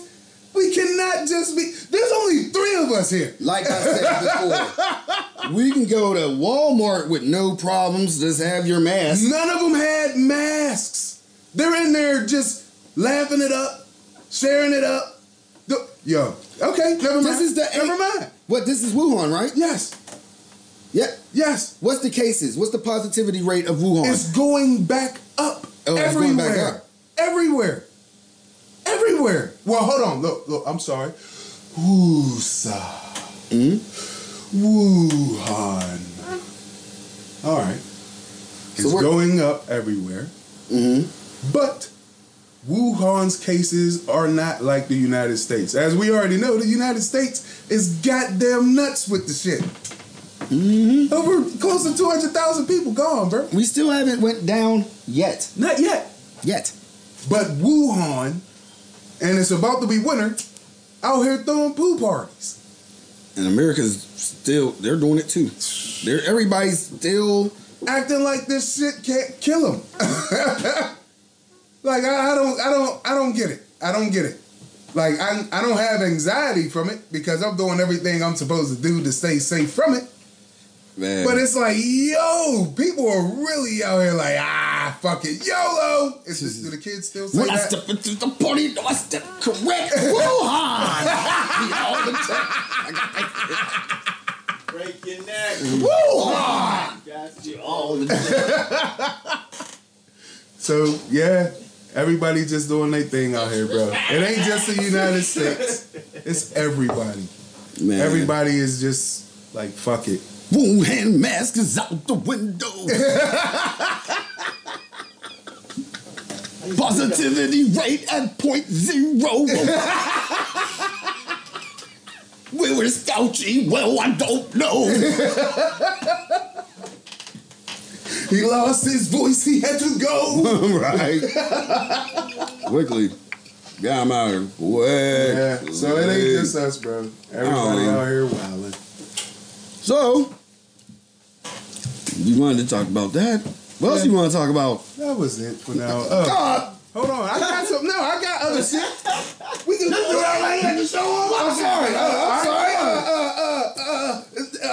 [SPEAKER 2] We cannot just be. There's only three of us here.
[SPEAKER 1] Like I said before, we can go to Walmart with no problems. Just have your mask.
[SPEAKER 2] None of them had masks. They're in there just laughing it up, sharing it up. The- Yo, okay, never mind.
[SPEAKER 1] This is the
[SPEAKER 2] never
[SPEAKER 1] eight-
[SPEAKER 2] mind.
[SPEAKER 1] What? This is Wuhan, right?
[SPEAKER 2] Yes,
[SPEAKER 1] Yeah.
[SPEAKER 2] yes.
[SPEAKER 1] What's the cases? What's the positivity rate of Wuhan?
[SPEAKER 2] It's going back up
[SPEAKER 1] Oh, it's
[SPEAKER 2] everywhere.
[SPEAKER 1] going back up.
[SPEAKER 2] Everywhere. Everywhere. Well, hold on. Look, look. I'm sorry. Wusa.
[SPEAKER 1] Hmm?
[SPEAKER 2] Wuhan. All right.
[SPEAKER 1] So
[SPEAKER 2] It's
[SPEAKER 1] we're-
[SPEAKER 2] going up everywhere.
[SPEAKER 1] Mhm.
[SPEAKER 2] But Wuhan's cases are not like the United States. As we already know, the United States is goddamn nuts with the shit.
[SPEAKER 1] Mm-hmm.
[SPEAKER 2] Over close to 200,000 people gone, bro.
[SPEAKER 1] we still haven't went down yet.
[SPEAKER 3] Not yet.
[SPEAKER 1] Yet.
[SPEAKER 2] But Wuhan, and it's about to be winter, out here throwing poo parties.
[SPEAKER 1] And America's still they're doing it too. They're everybody's still
[SPEAKER 2] Acting like this shit can't kill them. like I, I don't I don't I don't get it. I don't get it. Like I I don't have anxiety from it because I'm doing everything I'm supposed to do to stay safe from it.
[SPEAKER 1] man.
[SPEAKER 2] But it's like, yo, people are really out here like, ah, fuck it, YOLO. Is this, do the kids still say
[SPEAKER 1] when I
[SPEAKER 2] that?
[SPEAKER 1] step into the party, no, I step correct. Wuhan. We all the time.
[SPEAKER 3] Break your neck.
[SPEAKER 1] Wuhan.
[SPEAKER 3] Got you all the time.
[SPEAKER 2] So yeah, everybody just doing their thing out here, bro. It ain't just the United States. It's everybody.
[SPEAKER 1] Man,
[SPEAKER 2] Everybody is just like fuck it.
[SPEAKER 1] Wuhan mask is out the window. Positivity rate at point zero. Will it was Fauci. Well, I don't know.
[SPEAKER 5] He lost his voice. He had to go.
[SPEAKER 1] right. Quickly. Yeah, I'm out here. Way.
[SPEAKER 2] Yeah, so it ain't just us, bro. Everybody
[SPEAKER 1] Oh.
[SPEAKER 2] out here wilding.
[SPEAKER 1] So, you wanted to talk about that. What else
[SPEAKER 2] Yeah.
[SPEAKER 1] you want to talk about?
[SPEAKER 2] That was it for now. Oh,
[SPEAKER 1] God.
[SPEAKER 2] hold on, I got some. No, I got other shit.
[SPEAKER 5] We can do that right at the show. I'm sorry. Uh, I'm
[SPEAKER 2] Alright,
[SPEAKER 5] sorry. Uh, uh, uh, uh,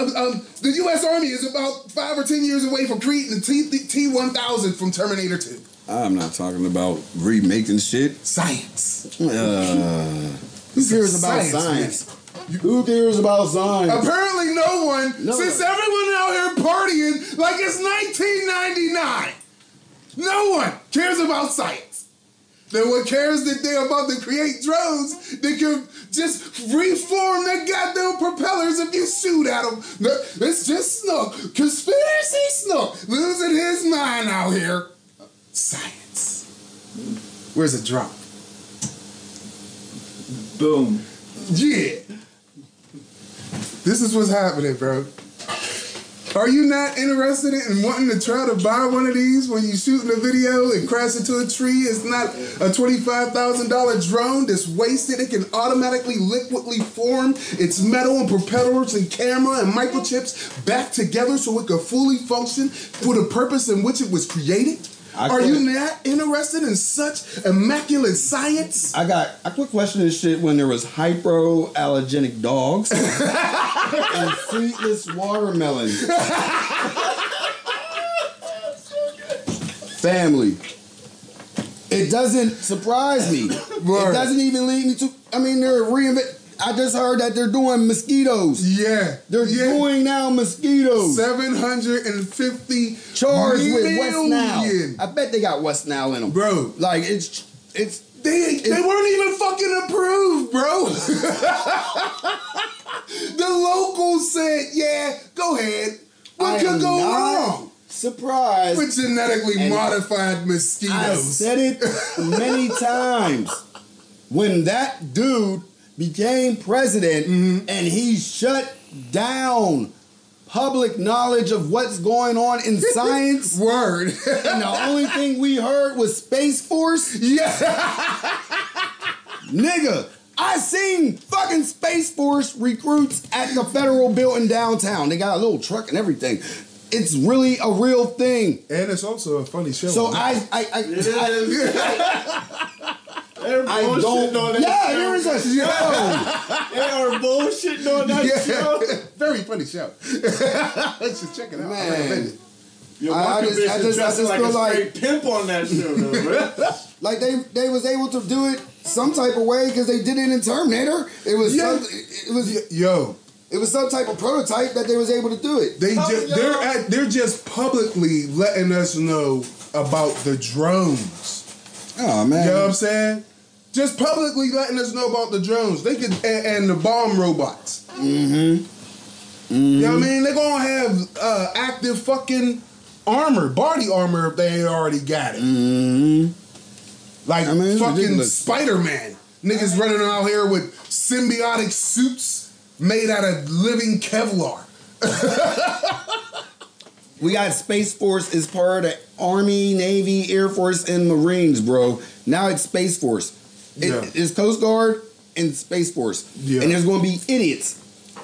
[SPEAKER 5] um, um, the U.S. Army is about five or ten years away from creating the T T one thousand from Terminator Two.
[SPEAKER 1] I'm not talking about remaking shit.
[SPEAKER 5] Science.
[SPEAKER 1] Uh, who cares about
[SPEAKER 5] Science,
[SPEAKER 1] science? Who cares about science?
[SPEAKER 5] Apparently, no one.
[SPEAKER 1] No.
[SPEAKER 5] Since everyone out here partying like it's 1999, no one cares about science. No one cares that they're about to create drones that can just reform their goddamn propellers if you shoot at them. No, it's just Snook. Conspiracy Snook losing his mind out here. Science. Where's the drop?
[SPEAKER 3] Boom.
[SPEAKER 5] Yeah.
[SPEAKER 2] This is what's happening, bro. Are you not interested in wanting to try to buy one of these when you shooting a video and crash into a tree? It's not a $25,000 drone that's wasted. It can automatically liquidly form its metal and propellers and camera and microchips back together so it could fully function for the purpose in which it was created?
[SPEAKER 3] I
[SPEAKER 2] Are you
[SPEAKER 3] quit.
[SPEAKER 2] not interested in such immaculate science?
[SPEAKER 1] I got I quit questioning this shit when there was hypoallergenic dogs and sweetless watermelon. Family. It doesn't surprise me. It
[SPEAKER 2] Word.
[SPEAKER 1] doesn't even lead me to I mean they're reinvent I just heard that they're doing mosquitoes.
[SPEAKER 2] Yeah.
[SPEAKER 1] They're
[SPEAKER 2] yeah.
[SPEAKER 1] doing now mosquitoes.
[SPEAKER 2] 750
[SPEAKER 1] Charged with West Now.
[SPEAKER 2] million.
[SPEAKER 1] I bet they got West Now in them.
[SPEAKER 2] Bro,
[SPEAKER 1] Like it's it's
[SPEAKER 2] they they weren't even fucking approved, bro. the locals said, "Yeah, go ahead.
[SPEAKER 1] I
[SPEAKER 2] What
[SPEAKER 1] am
[SPEAKER 2] could go
[SPEAKER 1] not
[SPEAKER 2] wrong
[SPEAKER 1] surprised.
[SPEAKER 2] with genetically
[SPEAKER 1] And-
[SPEAKER 2] modified
[SPEAKER 1] I
[SPEAKER 2] mosquitoes?"
[SPEAKER 1] said it many times. When that dude became president and he shut down public knowledge of what's going on in science,
[SPEAKER 2] Word.
[SPEAKER 1] and the only thing we heard was Space Force,
[SPEAKER 2] yeah.
[SPEAKER 1] nigga. I seen fucking Space Force recruits at the federal building downtown. They got a little truck and everything. It's really a real thing.
[SPEAKER 2] And it's also a funny show.
[SPEAKER 1] So I, I, I, I I
[SPEAKER 3] bullshitting
[SPEAKER 1] don't.
[SPEAKER 3] on that
[SPEAKER 1] yeah,
[SPEAKER 3] show.
[SPEAKER 1] there is a show.
[SPEAKER 3] They are bullshitting on that show.
[SPEAKER 2] yeah. Very funny show. Let's just check it out. I
[SPEAKER 1] Man.
[SPEAKER 2] recommend it.
[SPEAKER 3] Yo,
[SPEAKER 1] I- I
[SPEAKER 3] my
[SPEAKER 1] just- I
[SPEAKER 3] conviction
[SPEAKER 1] just- I
[SPEAKER 3] dressed
[SPEAKER 1] just
[SPEAKER 3] like a
[SPEAKER 1] feel like-
[SPEAKER 3] straight pimp on that show, though, bro.
[SPEAKER 1] like they they was able to do it some type of way because they did it in Terminator. It was
[SPEAKER 2] Yeah.
[SPEAKER 1] some, it was
[SPEAKER 2] Yo,
[SPEAKER 1] it was some type of prototype that they was able to do it.
[SPEAKER 2] They
[SPEAKER 3] Oh,
[SPEAKER 2] ju-
[SPEAKER 3] yeah.
[SPEAKER 2] they're at, they're just publicly letting us know about the drones.
[SPEAKER 1] Oh
[SPEAKER 2] You
[SPEAKER 1] man,
[SPEAKER 2] know what I'm saying? Just publicly letting us know about the drones. They could and, and the bomb robots. Mm-hmm. You
[SPEAKER 1] Mm-hmm.
[SPEAKER 2] know what I mean? They're gonna have uh, active fucking armor, body armor if they ain't already got it. Like
[SPEAKER 1] I mean, Mm-hmm. it's
[SPEAKER 2] fucking
[SPEAKER 1] ridiculous.
[SPEAKER 2] Spider Man. Niggas running out here with symbiotic suits made out of living Kevlar.
[SPEAKER 1] we got Space Force is part of the Army, Navy, Air Force, and Marines, bro. Now it's Space Force. It-
[SPEAKER 2] Yeah.
[SPEAKER 1] It's Coast Guard and Space Force.
[SPEAKER 2] Yeah.
[SPEAKER 1] And there's gonna be idiots,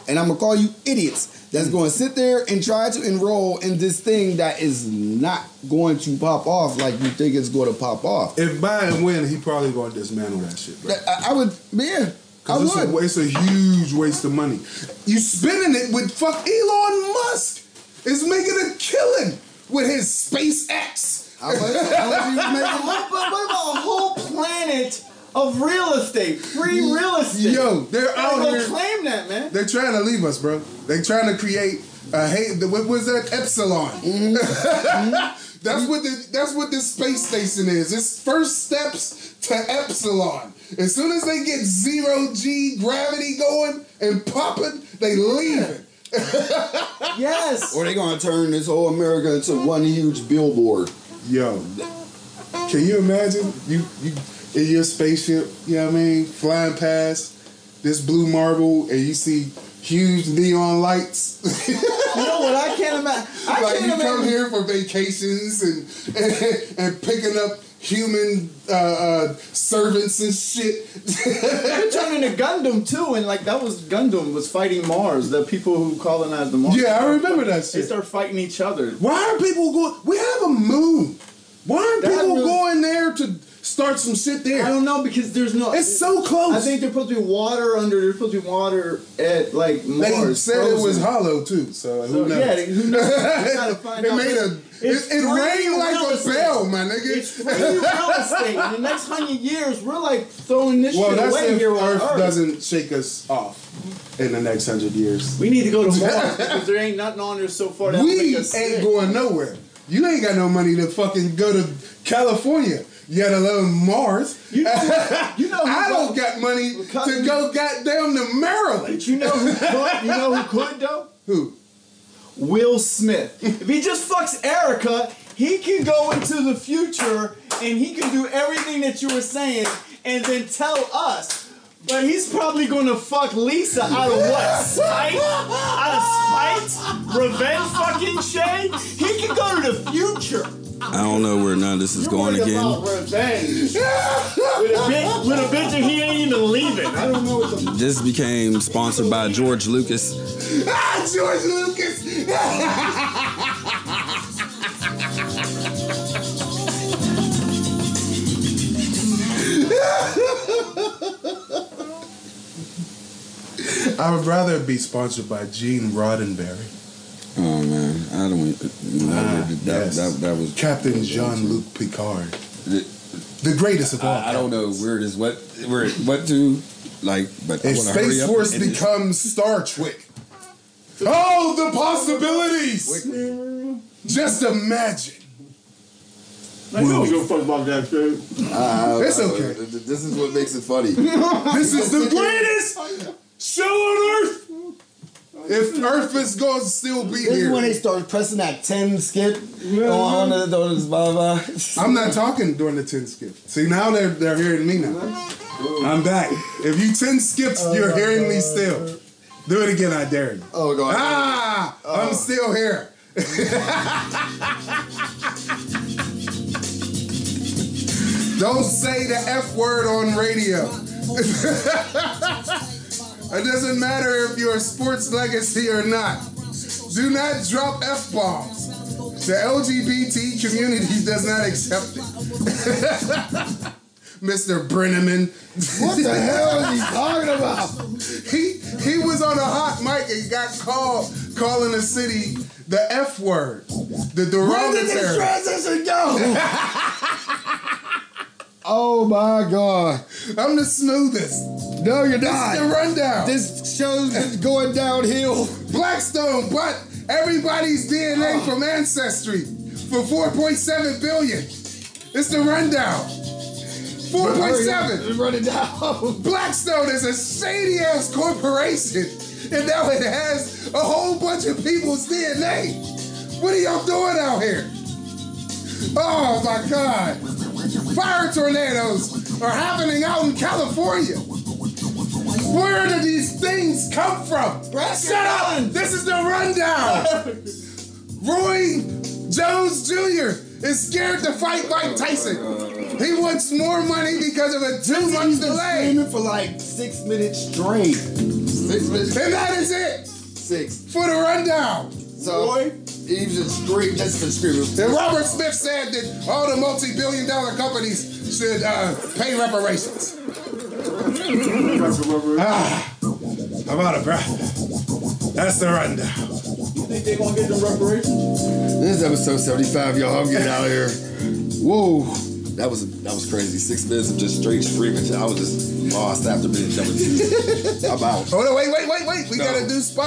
[SPEAKER 1] and I'm gonna call you idiots.
[SPEAKER 2] Hmm.
[SPEAKER 1] That's going to sit there and try to enroll in this thing that is not going to pop off like you think it's going to pop off.
[SPEAKER 2] If by and when, he probably gonna dismantle that shit, bro.
[SPEAKER 1] That- I, I would, yeah, I
[SPEAKER 2] It's a,
[SPEAKER 1] would.
[SPEAKER 2] it's a huge waste of money. You spending it with fuck Elon Musk is making a killing with his SpaceX.
[SPEAKER 1] I would. I would even make it-
[SPEAKER 3] What, what, what about a whole planet of real estate, free real estate?
[SPEAKER 2] Yo, they're
[SPEAKER 3] I
[SPEAKER 2] out
[SPEAKER 3] don't
[SPEAKER 2] here.
[SPEAKER 3] claim that, man.
[SPEAKER 2] They're trying to leave us, bro. They're trying to create a hate. What was that? Epsilon.
[SPEAKER 3] Mm-hmm.
[SPEAKER 2] that's what the that's what this space station is. It's first steps to epsilon. As soon as they get zero g gravity going and popping, they leaving.
[SPEAKER 3] Yes.
[SPEAKER 1] Or they gonna turn this whole America into one huge billboard.
[SPEAKER 2] Yo, can you imagine you you in your spaceship? You know what I mean? Flying past this blue marble, and you see huge neon lights.
[SPEAKER 3] You know what? I can't imagine. I
[SPEAKER 2] like you
[SPEAKER 3] can't
[SPEAKER 2] come
[SPEAKER 3] imagine.
[SPEAKER 2] here for vacations and and, and picking up human uh, uh, servants and shit.
[SPEAKER 3] They were turning to Gundam too, and like that was Gundam was fighting Mars. The people who colonized the Mars.
[SPEAKER 2] yeah, I remember that
[SPEAKER 3] They
[SPEAKER 2] shit.
[SPEAKER 3] start fighting each other.
[SPEAKER 2] Why are people going? We have a moon. Why are
[SPEAKER 3] That
[SPEAKER 2] people
[SPEAKER 3] really-
[SPEAKER 2] going there to start some shit
[SPEAKER 3] I
[SPEAKER 2] there?
[SPEAKER 3] don't know because there's no.
[SPEAKER 2] It's so close.
[SPEAKER 3] I think there's supposed to be water under. There's supposed to be water at like
[SPEAKER 2] they
[SPEAKER 3] Mars.
[SPEAKER 2] said it was
[SPEAKER 3] frozen.
[SPEAKER 2] hollow too, so,
[SPEAKER 3] So,
[SPEAKER 2] who knows?
[SPEAKER 3] yeah, they- who knows? We gotta find
[SPEAKER 2] it
[SPEAKER 3] out.
[SPEAKER 2] made a
[SPEAKER 3] It's
[SPEAKER 2] it, it
[SPEAKER 3] free
[SPEAKER 2] rang
[SPEAKER 3] real
[SPEAKER 2] like a
[SPEAKER 3] estate.
[SPEAKER 2] bell, my
[SPEAKER 3] It's
[SPEAKER 2] nigga.
[SPEAKER 3] free real estate. In the next hundred years, we're like throwing this
[SPEAKER 2] Well,
[SPEAKER 3] shit
[SPEAKER 2] that's
[SPEAKER 3] away
[SPEAKER 2] if
[SPEAKER 3] here
[SPEAKER 2] Earth,
[SPEAKER 3] on Earth.
[SPEAKER 2] doesn't shake us off in the next hundred years.
[SPEAKER 3] We need to go to Mars because there ain't nothing on there so far that
[SPEAKER 2] We
[SPEAKER 3] make
[SPEAKER 2] ain't
[SPEAKER 3] us sick.
[SPEAKER 2] going nowhere. You ain't got no money to fucking go to California, yet alone Mars.
[SPEAKER 3] You know, you know who
[SPEAKER 2] I
[SPEAKER 3] go-
[SPEAKER 2] don't got money
[SPEAKER 3] Because-
[SPEAKER 2] to go goddamn to Maryland.
[SPEAKER 3] But you know who could? You know who could though?
[SPEAKER 2] Who?
[SPEAKER 3] Will Smith. If he just fucks Erica, he can go into the future and he can do everything that you were saying and then tell us. But he's probably gonna fuck Lisa out of what? Spite? Out of spite? Revenge fucking shade? He can go to the future.
[SPEAKER 9] I don't know where none of this is
[SPEAKER 3] You're
[SPEAKER 9] going
[SPEAKER 3] worried
[SPEAKER 9] again.
[SPEAKER 3] about revenge. with, a bitch, with a bitch that he ain't even leaving. I don't know what the
[SPEAKER 9] This became sponsored by George Lucas.
[SPEAKER 2] Ah, George Lucas. I would rather be sponsored by Gene Roddenberry,
[SPEAKER 9] Oh man, I don't. even-
[SPEAKER 2] Ah,
[SPEAKER 9] that, that,
[SPEAKER 2] yes.
[SPEAKER 9] that, that was
[SPEAKER 2] Captain Jean Luc Picard,
[SPEAKER 9] The-
[SPEAKER 2] the greatest of all.
[SPEAKER 9] I, I don't know where it is. What where it went to? Like, but I
[SPEAKER 2] If
[SPEAKER 9] wanna hurry
[SPEAKER 2] Space
[SPEAKER 9] up
[SPEAKER 2] Force
[SPEAKER 9] and end this.
[SPEAKER 2] becomes Star Trek, oh, the possibilities! Just imagine.
[SPEAKER 3] I don't give a fuck about that shit.
[SPEAKER 2] It's okay.
[SPEAKER 5] This is what makes it funny.
[SPEAKER 2] This is the greatest show on earth. If Earth is gonna still be
[SPEAKER 1] This is when they
[SPEAKER 2] here,
[SPEAKER 1] start pressing that 10 skip on the those blah blah.
[SPEAKER 2] I'm not talking during the ten skip. See now they're they're hearing me now. I'm back. If you ten skips, you're hearing me still. Do it again, I dare you.
[SPEAKER 5] Oh god.
[SPEAKER 2] Ah, I'm still here. Don't say the F word on radio. it doesn't matter if you're a sports legacy or not. Do not drop F bombs. The LGBT community does not accept it. Mr. Brenneman.
[SPEAKER 5] What the hell is he talking about?
[SPEAKER 2] He he was on a hot mic and got called calling the city the F word, the
[SPEAKER 5] Where did this
[SPEAKER 2] derogatory.
[SPEAKER 5] transition go? oh my god.
[SPEAKER 2] I'm the smoothest.
[SPEAKER 5] No, you're
[SPEAKER 2] This is the
[SPEAKER 5] not.
[SPEAKER 2] rundown.
[SPEAKER 5] This show's been going downhill.
[SPEAKER 2] Blackstone bought everybody's
[SPEAKER 5] Oh.
[SPEAKER 2] DNA from Ancestry for 4.7 billion. It's the rundown. 4.7.
[SPEAKER 5] Run it down.
[SPEAKER 2] Blackstone is a shady ass corporation, and now it has a whole bunch of people's DNA. What are y'all doing out here? Oh my God! Fire tornadoes are happening out in California. Where do these things come from? Shut up! This is the rundown. Roy Jones Jr. is scared to fight Mike Tyson. He wants more money because of a two-month delay.
[SPEAKER 5] Aiming for like six minutes straight. Six minutes.
[SPEAKER 2] And that is it
[SPEAKER 5] Six.
[SPEAKER 2] for the rundown.
[SPEAKER 5] So he was just screaming, just been
[SPEAKER 2] And
[SPEAKER 5] screaming.
[SPEAKER 2] Robert Smith said that all the multi-billion dollar companies should uh, pay reparations. ah, I'm out of breath. That's the rundown.
[SPEAKER 5] This is episode 75, y'all. I'm getting out of here. Whoa.
[SPEAKER 9] That was that was crazy. Six minutes of just straight screaming. I was just lost after minute number two. I'm out.
[SPEAKER 2] Hold on, wait, wait, wait, wait. We
[SPEAKER 9] No.
[SPEAKER 2] gotta do spot.